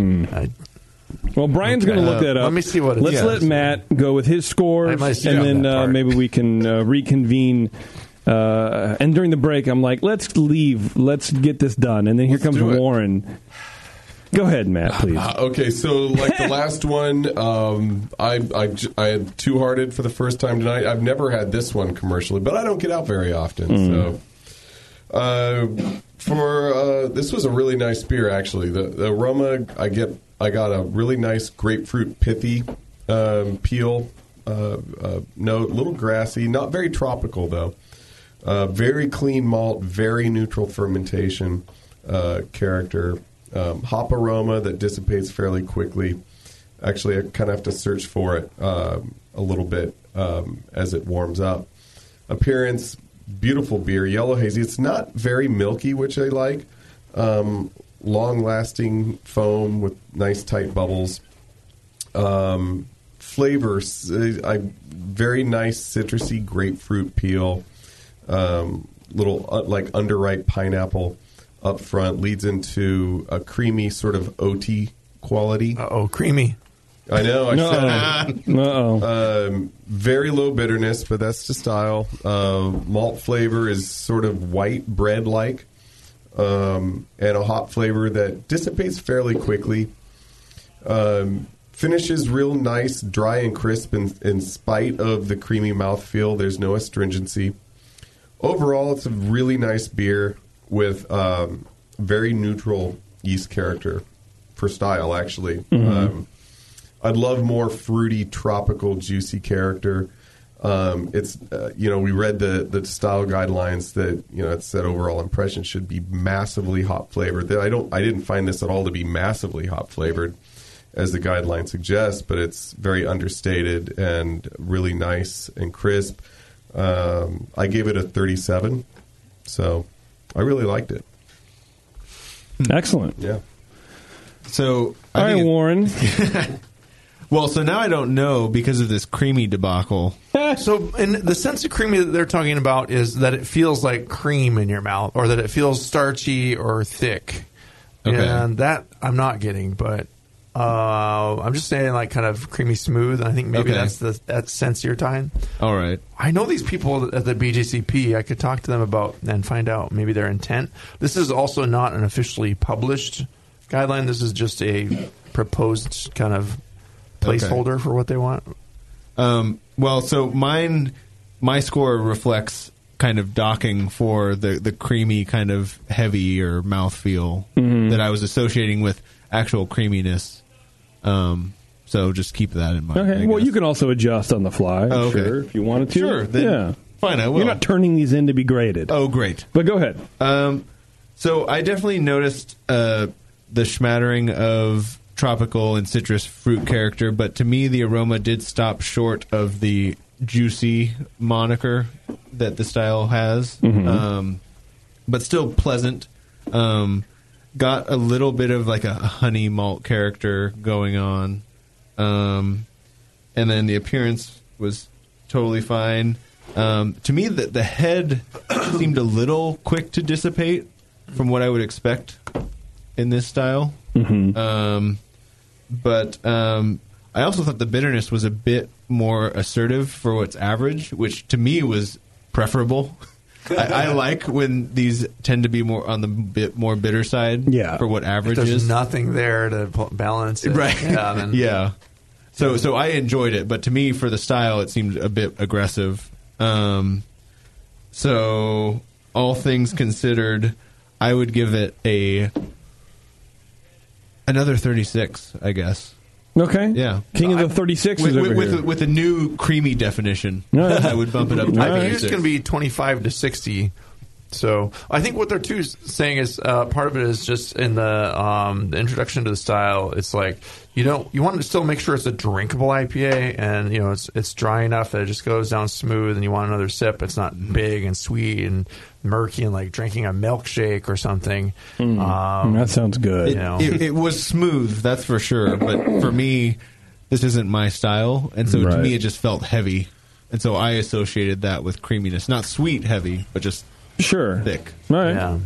[SPEAKER 4] Well, Brian's going to look
[SPEAKER 6] Uh,
[SPEAKER 4] that up.
[SPEAKER 5] let me see what it
[SPEAKER 4] Let's
[SPEAKER 5] is.
[SPEAKER 4] let Matt go with his
[SPEAKER 5] I
[SPEAKER 4] scores,
[SPEAKER 5] might see
[SPEAKER 4] and
[SPEAKER 5] on
[SPEAKER 4] then
[SPEAKER 5] that
[SPEAKER 4] uh,
[SPEAKER 5] part.
[SPEAKER 4] maybe we can uh, reconvene. Uh, and during the break, I'm like, let's leave. Let's get this done. And then here comes
[SPEAKER 1] do it.
[SPEAKER 4] Warren. Go ahead, Matt,
[SPEAKER 6] Ah,
[SPEAKER 4] please.
[SPEAKER 1] Uh, okay, so like the last one, um, I, I j- I had two hearted for the first time tonight. I've never had this one commercially, but I don't get out very often. So, uh, for uh, this was a really nice beer actually. The, the aroma I get, I got a really nice grapefruit pithy um, peel uh, uh, note, a little grassy, not very tropical though. Uh, very clean malt, very neutral fermentation uh, character. Um, hop aroma that dissipates fairly quickly. Actually, I kind of have to search for it um, a little bit um, as it warms up. Appearance, beautiful beer, yellow hazy. It's not very milky, which I like. Um, Long lasting foam with nice tight bubbles um, flavor. s- uh, I very nice citrusy grapefruit peel, um, little uh, like underripe pineapple up front leads into a creamy sort of oaty quality.
[SPEAKER 5] Uh oh, creamy.
[SPEAKER 1] I know. I said it.
[SPEAKER 4] Uh oh.
[SPEAKER 1] Um, very low bitterness, but that's the style. Uh, malt flavor is sort of white bread like, um, and a hop flavor that dissipates fairly quickly. Um, finishes real nice, dry and crisp, in, in spite of the creamy mouthfeel. There's no astringency. Overall, it's a really nice beer with um, very neutral yeast character for style, actually. Um, I'd love more fruity, tropical, juicy character. Um, it's uh, you know we read the the style guidelines that you know it said overall impression should be massively hop flavored. That I don't I didn't find this at all to be massively hop flavored, as the guideline suggests, but it's very understated and really nice and crisp. Um, I gave it a 37, so I really liked it.
[SPEAKER 4] Excellent.
[SPEAKER 1] Yeah.
[SPEAKER 6] So I
[SPEAKER 4] All right,
[SPEAKER 6] think it-
[SPEAKER 4] Warren.
[SPEAKER 6] well, so now I don't know because of this creamy debacle.
[SPEAKER 5] So, and the sense of creamy that they're talking about is that it feels like cream in your mouth, or that it feels starchy or thick.
[SPEAKER 6] Okay.
[SPEAKER 5] And that I'm not getting, but uh, I'm just saying like kind of creamy smooth. And I think maybe
[SPEAKER 6] Okay.
[SPEAKER 5] that's the that sense you're tying.
[SPEAKER 6] All right.
[SPEAKER 5] I know these people at the BJCP. I could talk to them about and find out maybe their intent. This is also not an officially published guideline. This is just a proposed kind of placeholder for what they want.
[SPEAKER 6] Um, well, so mine, my score reflects kind of docking for the the creamy kind of heavy or mouthfeel
[SPEAKER 4] Mm-hmm.
[SPEAKER 6] that I was associating with actual creaminess. Um, so just keep that in mind.
[SPEAKER 4] Okay.
[SPEAKER 6] I
[SPEAKER 4] Well,
[SPEAKER 6] guess.
[SPEAKER 4] you can also adjust on the fly,
[SPEAKER 6] Oh, okay.
[SPEAKER 4] sure, if you wanted to.
[SPEAKER 6] Sure. Then
[SPEAKER 4] yeah.
[SPEAKER 6] Fine. I will.
[SPEAKER 4] You're not turning these in to be graded.
[SPEAKER 6] oh, great.
[SPEAKER 4] But go ahead.
[SPEAKER 6] Um, so I definitely noticed uh, the smattering of tropical and citrus fruit character, but to me, the aroma did stop short of the juicy moniker that the style has. Um, but still pleasant. Um, got a little bit of like a honey malt character going on. Um, and then the appearance was totally fine. Um, to me, the, the head seemed a little quick to dissipate from what I would expect in this style. Um, but um, I also thought the bitterness was a bit more assertive for what's average, which to me was preferable. I, I like when these tend to be more on the bit more bitter side
[SPEAKER 4] Yeah.
[SPEAKER 6] for what average
[SPEAKER 5] There's
[SPEAKER 6] is.
[SPEAKER 5] nothing there to pl- balance it.
[SPEAKER 6] Right.
[SPEAKER 5] Yeah. then-
[SPEAKER 6] yeah. So so I enjoyed it, but to me for the style it seemed a bit aggressive. Um so all things considered, I would give it a another 36, I guess.
[SPEAKER 4] Okay.
[SPEAKER 6] Yeah.
[SPEAKER 4] King of the 36
[SPEAKER 6] With
[SPEAKER 4] is over
[SPEAKER 6] with, with,
[SPEAKER 4] here.
[SPEAKER 6] with a new creamy definition,
[SPEAKER 4] No, yeah.
[SPEAKER 6] I would bump it up to
[SPEAKER 5] I think
[SPEAKER 4] Alright.
[SPEAKER 5] it's
[SPEAKER 6] 36.
[SPEAKER 5] going to be 25 to 60 So I think what they're too s- saying is uh, part of it is just in the, um, the introduction to the style. It's like you don't you want to still make sure it's a drinkable IPA, and you know it's it's dry enough that it just goes down smooth, and you want another sip. It's not
[SPEAKER 6] Mm-hmm.
[SPEAKER 5] big and sweet and murky and like drinking a milkshake or something.
[SPEAKER 6] Hmm.
[SPEAKER 4] Mm,
[SPEAKER 5] Um,
[SPEAKER 4] that sounds good.
[SPEAKER 5] you know.
[SPEAKER 6] It, it was smooth, that's for sure. But for me, this isn't my style, and so to
[SPEAKER 4] Right.
[SPEAKER 6] me, it just felt heavy, and so I associated that with creaminess, not sweet heavy, but just
[SPEAKER 4] Sure.
[SPEAKER 6] thick.
[SPEAKER 4] All right.
[SPEAKER 5] yeah.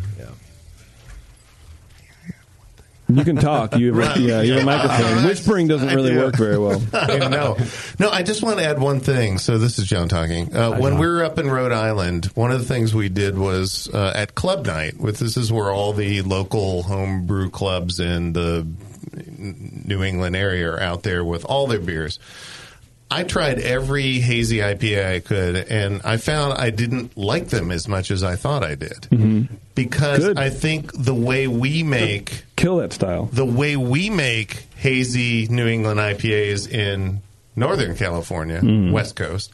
[SPEAKER 4] You can talk. You have a, yeah, you have a microphone. Whispering doesn't really
[SPEAKER 7] do.
[SPEAKER 4] work very well.
[SPEAKER 7] no, no. I just want to add one thing. So this is John talking. Uh, when we were up in Rhode Island, one of the things we did was uh, at club night. With this is where all the local homebrew clubs in the New England area are out there with all their beers. I tried every hazy IPA I could, and I found I didn't like them as much as I thought I did because
[SPEAKER 4] Good.
[SPEAKER 7] I think the way we make
[SPEAKER 4] Kill that style.
[SPEAKER 7] the way we make hazy New England IPAs in Northern California, West Coast,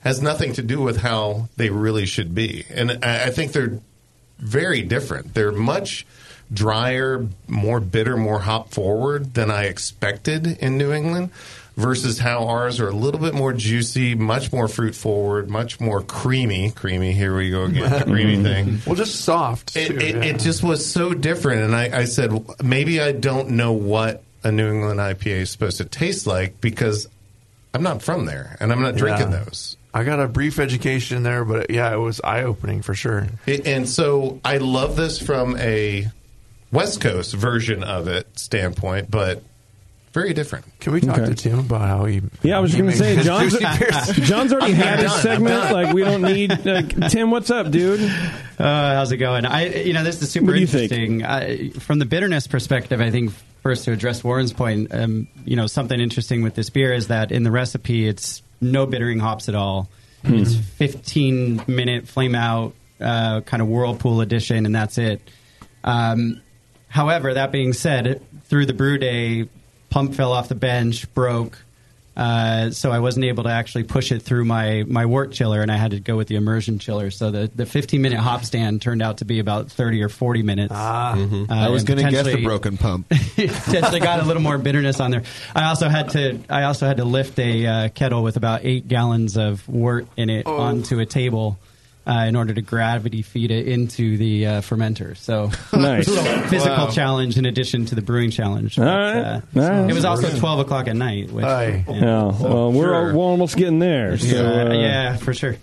[SPEAKER 7] has nothing to do with how they really should be. And I, I think they're very different. They're much drier, more bitter, more hop forward than I expected in New England. Versus how ours are a little bit more juicy, much more fruit forward, much more creamy. Creamy, here we go again, the creamy thing.
[SPEAKER 5] Well, just soft.
[SPEAKER 7] It,
[SPEAKER 5] too,
[SPEAKER 7] it,
[SPEAKER 5] yeah.
[SPEAKER 7] it just was so different, and I, I said "W- maybe I don't know what a New England IPA is supposed to taste like because I'm not from there and I'm not drinking
[SPEAKER 5] Yeah.
[SPEAKER 7] those.
[SPEAKER 5] I got a brief education there, but yeah, it was eye opening for sure.
[SPEAKER 7] It, and so I love this from a West Coast version of it standpoint, but very different.
[SPEAKER 5] Can we talk
[SPEAKER 4] Okay.
[SPEAKER 5] to Tim about how he?
[SPEAKER 4] Yeah, I was just gonna
[SPEAKER 5] he makes
[SPEAKER 4] say
[SPEAKER 5] his
[SPEAKER 4] John's,
[SPEAKER 5] juicy beers?
[SPEAKER 4] John's already had his
[SPEAKER 7] done, I'm
[SPEAKER 4] segment.
[SPEAKER 7] done.
[SPEAKER 4] Like we don't need like, Tim. What's up, dude?
[SPEAKER 10] Uh, how's it going? I, you know, this is super
[SPEAKER 4] What do you think?
[SPEAKER 10] interesting. I, from the bitterness perspective, I think first to address Warren's point, um, you know, something interesting with this beer is that in the recipe, it's no bittering hops at all. It's 15 minute flame out uh, kind of whirlpool edition, and that's it. Um, however, that being said, it- through the brew day, pump fell off the bench, broke. Uh, so I wasn't able to actually push it through my, my wort chiller, and I had to go with the immersion chiller. So the, the 15 minute hop stand turned out to be about 30 or 40 minutes. Ah,
[SPEAKER 5] uh,
[SPEAKER 6] I was going to guess the broken pump.
[SPEAKER 10] potentially got a little more bitterness on there. I also had to I also had to lift a uh, kettle with about eight gallons of wort in it onto a table uh, in order to gravity feed it into the uh, fermenter. So
[SPEAKER 4] Nice.
[SPEAKER 10] physical challenge in addition to the brewing challenge. uh,
[SPEAKER 4] All right. All right.
[SPEAKER 10] It was also twelve o'clock at night. Which,
[SPEAKER 5] Aye.
[SPEAKER 10] yeah.
[SPEAKER 4] Yeah, well, we're,
[SPEAKER 5] Sure.
[SPEAKER 4] we're almost getting there. So,
[SPEAKER 10] Uh,
[SPEAKER 4] uh,
[SPEAKER 10] yeah, for sure.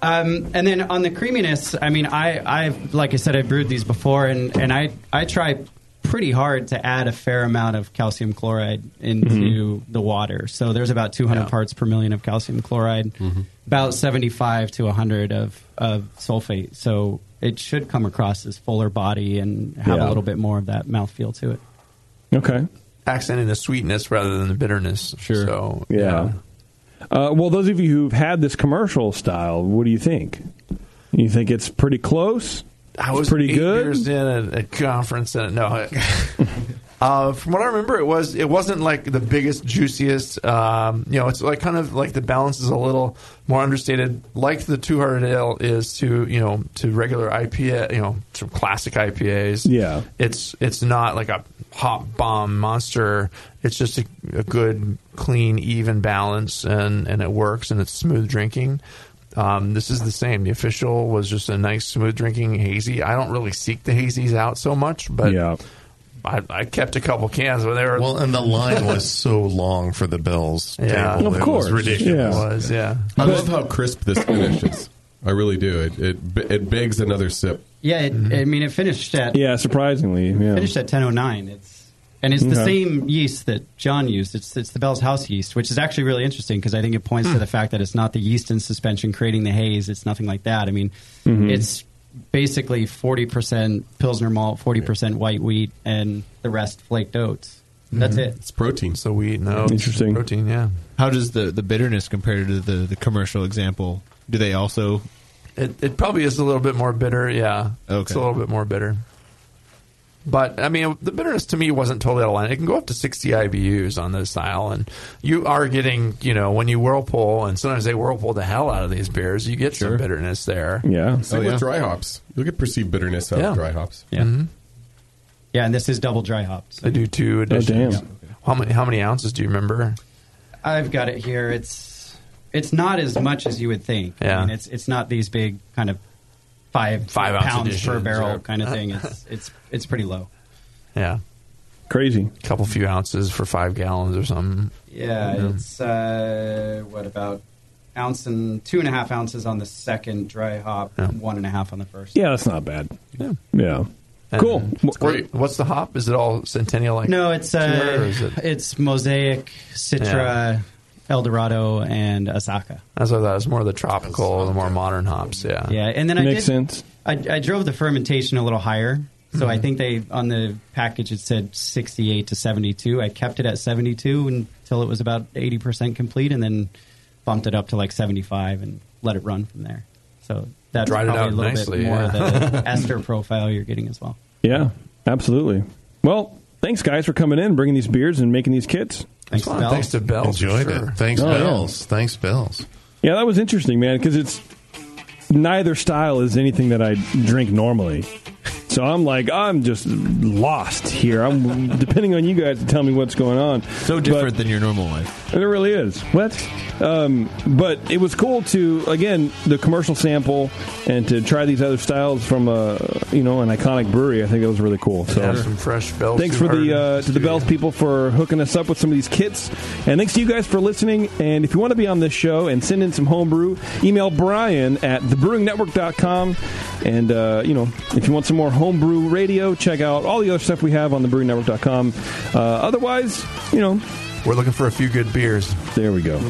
[SPEAKER 10] Um, and then on the creaminess, I mean, I, I like I said, I brewed these before, and, and I, I try pretty hard to add a fair amount of calcium chloride into the water. So there's about 200 parts per million of calcium chloride, about 75 to 100 of, of sulfate. So it should come across as fuller body and have
[SPEAKER 4] Yeah.
[SPEAKER 10] a little bit more of that mouthfeel to it.
[SPEAKER 4] Okay.
[SPEAKER 5] accenting the sweetness rather than the bitterness. Sure. So
[SPEAKER 4] Yeah. Uh, well, those of you who've had this commercial style, what do you think? You think it's pretty close?
[SPEAKER 5] I
[SPEAKER 4] It's
[SPEAKER 5] was
[SPEAKER 4] pretty
[SPEAKER 5] eight
[SPEAKER 4] good.
[SPEAKER 5] Years in at a conference, and no. Uh, from what I remember, it was it wasn't like the biggest, juiciest. Um, you know, it's like kind of like the balance is a little more understated, like the two hearted ale is to you know to regular IPA, you know, to classic IPAs.
[SPEAKER 4] Yeah.
[SPEAKER 5] it's it's not like a hop bomb monster. It's just a, a good, clean, even balance, and and it works, and it's smooth drinking. Um, this is the same. The official was just a nice, smooth drinking hazy. I don't really seek the hazies out so much, but
[SPEAKER 4] yeah.
[SPEAKER 5] I, I kept a couple cans when they were.
[SPEAKER 7] Well, and the line was so long for the Bills
[SPEAKER 5] Yeah.
[SPEAKER 7] table.
[SPEAKER 4] Of
[SPEAKER 7] it
[SPEAKER 4] course.
[SPEAKER 7] was ridiculous.
[SPEAKER 4] Yeah.
[SPEAKER 5] was yeah.
[SPEAKER 1] I love how crisp this finish is. I really do. It it b- it begs another sip.
[SPEAKER 10] Yeah, it, I mean, it finished at
[SPEAKER 4] Yeah, surprisingly. Yeah.
[SPEAKER 10] finished at 1009 it's and it's the
[SPEAKER 4] Okay.
[SPEAKER 10] same yeast that John used. It's it's the Bell's House yeast, which is actually really interesting because I think it points
[SPEAKER 4] Hmm.
[SPEAKER 10] to the fact that it's not the yeast in suspension creating the haze. It's nothing like that. I mean,
[SPEAKER 4] Mm-hmm.
[SPEAKER 10] it's basically forty percent Pilsner malt, forty percent white wheat, and the rest flaked oats. That's it.
[SPEAKER 4] Mm-hmm.
[SPEAKER 1] It's protein.
[SPEAKER 5] So we eat no
[SPEAKER 4] Interesting.
[SPEAKER 5] protein. Yeah,
[SPEAKER 6] How does the, the bitterness compare to the, the commercial example? Do they also?
[SPEAKER 5] it it probably is a little bit more bitter. Yeah,
[SPEAKER 6] Okay.
[SPEAKER 5] it's a little bit more bitter. But I mean, the bitterness to me wasn't totally out of line. It can go up to 60 IBUs on this style, and you are getting, you know, when you whirlpool, and sometimes they whirlpool the hell out of these beers, you get some bitterness there.
[SPEAKER 4] Yeah.
[SPEAKER 1] Same with dry hops. You'll get perceived bitterness out
[SPEAKER 5] Yeah.
[SPEAKER 1] of dry hops.
[SPEAKER 10] Yeah. Yeah, and this is double dry hops.
[SPEAKER 5] I do
[SPEAKER 4] Oh,
[SPEAKER 5] two additions. How many how many ounces do you remember?
[SPEAKER 10] I've got it here. It's it's not as much as you would think.
[SPEAKER 5] Yeah.
[SPEAKER 10] I mean, it's it's not these big kind of five
[SPEAKER 5] Five ounce
[SPEAKER 10] pounds per
[SPEAKER 5] editions
[SPEAKER 10] barrel
[SPEAKER 5] or-
[SPEAKER 10] kind of thing. It's it's it's pretty low.
[SPEAKER 5] Yeah,
[SPEAKER 4] Crazy.
[SPEAKER 5] a couple few ounces for five gallons or something.
[SPEAKER 10] Yeah, it's uh, what about ounce and two and a half ounces on the second dry hop, one and a half on the first.
[SPEAKER 4] Yeah, that's not bad.
[SPEAKER 5] Yeah.
[SPEAKER 4] Yeah. Cool.
[SPEAKER 5] It's great. What's the hop? Is it all Centennial? Like
[SPEAKER 10] No, it's
[SPEAKER 5] Sierra, or
[SPEAKER 10] uh,
[SPEAKER 5] is it-
[SPEAKER 10] it's Mosaic, Citra, El Dorado, and Osaka.
[SPEAKER 5] That's what I thought. It was more of the tropical, the more modern hops. Yeah.
[SPEAKER 10] Yeah, and then I
[SPEAKER 4] Makes
[SPEAKER 10] did,
[SPEAKER 4] sense. Mm-hmm.
[SPEAKER 10] I, I drove the fermentation a little higher, so I think they on the package it said sixty-eight to seventy-two. I kept it at seventy-two until it was about eighty percent complete, and then bumped it up to like seventy-five and let it run from there. So that's
[SPEAKER 5] Dried it
[SPEAKER 10] probably
[SPEAKER 5] out
[SPEAKER 10] a little
[SPEAKER 5] nicely,
[SPEAKER 10] bit more
[SPEAKER 5] yeah.
[SPEAKER 10] of the ester profile you're getting as well.
[SPEAKER 4] Yeah, absolutely. Well, thanks, guys, for coming in, bringing these beers, and making these kits.
[SPEAKER 10] Thanks,
[SPEAKER 5] Fun.
[SPEAKER 10] Bell.
[SPEAKER 5] Thanks to Bell.
[SPEAKER 7] Enjoyed
[SPEAKER 5] for sure.
[SPEAKER 7] it. Thanks,
[SPEAKER 4] Oh, yeah.
[SPEAKER 7] Bells. Thanks, Bells.
[SPEAKER 4] Yeah, that was interesting, man, because it's neither style is anything that I drink normally. So I'm like, I'm just lost here. I'm depending on you guys to tell me what's going on.
[SPEAKER 6] So
[SPEAKER 4] But-
[SPEAKER 6] different than your normal life.
[SPEAKER 4] it really is. What? Um, but it was cool to again the commercial sample and to try these other styles from a you know an iconic brewery. I think that was really cool. So
[SPEAKER 5] Have some fresh Bell's.
[SPEAKER 4] Thanks for the uh, to the
[SPEAKER 5] Bells.
[SPEAKER 4] Bells people for hooking us up with some of these kits, and thanks to you guys for listening. And if you want to be on this show and send in some homebrew, email Brian at thebrewingnetwork.com. And uh, you know, if you want some more homebrew radio, check out all the other stuff we have on thebrewingnetwork.com. Uh, otherwise, you know,
[SPEAKER 5] We're looking for a few good beers.
[SPEAKER 4] there we go.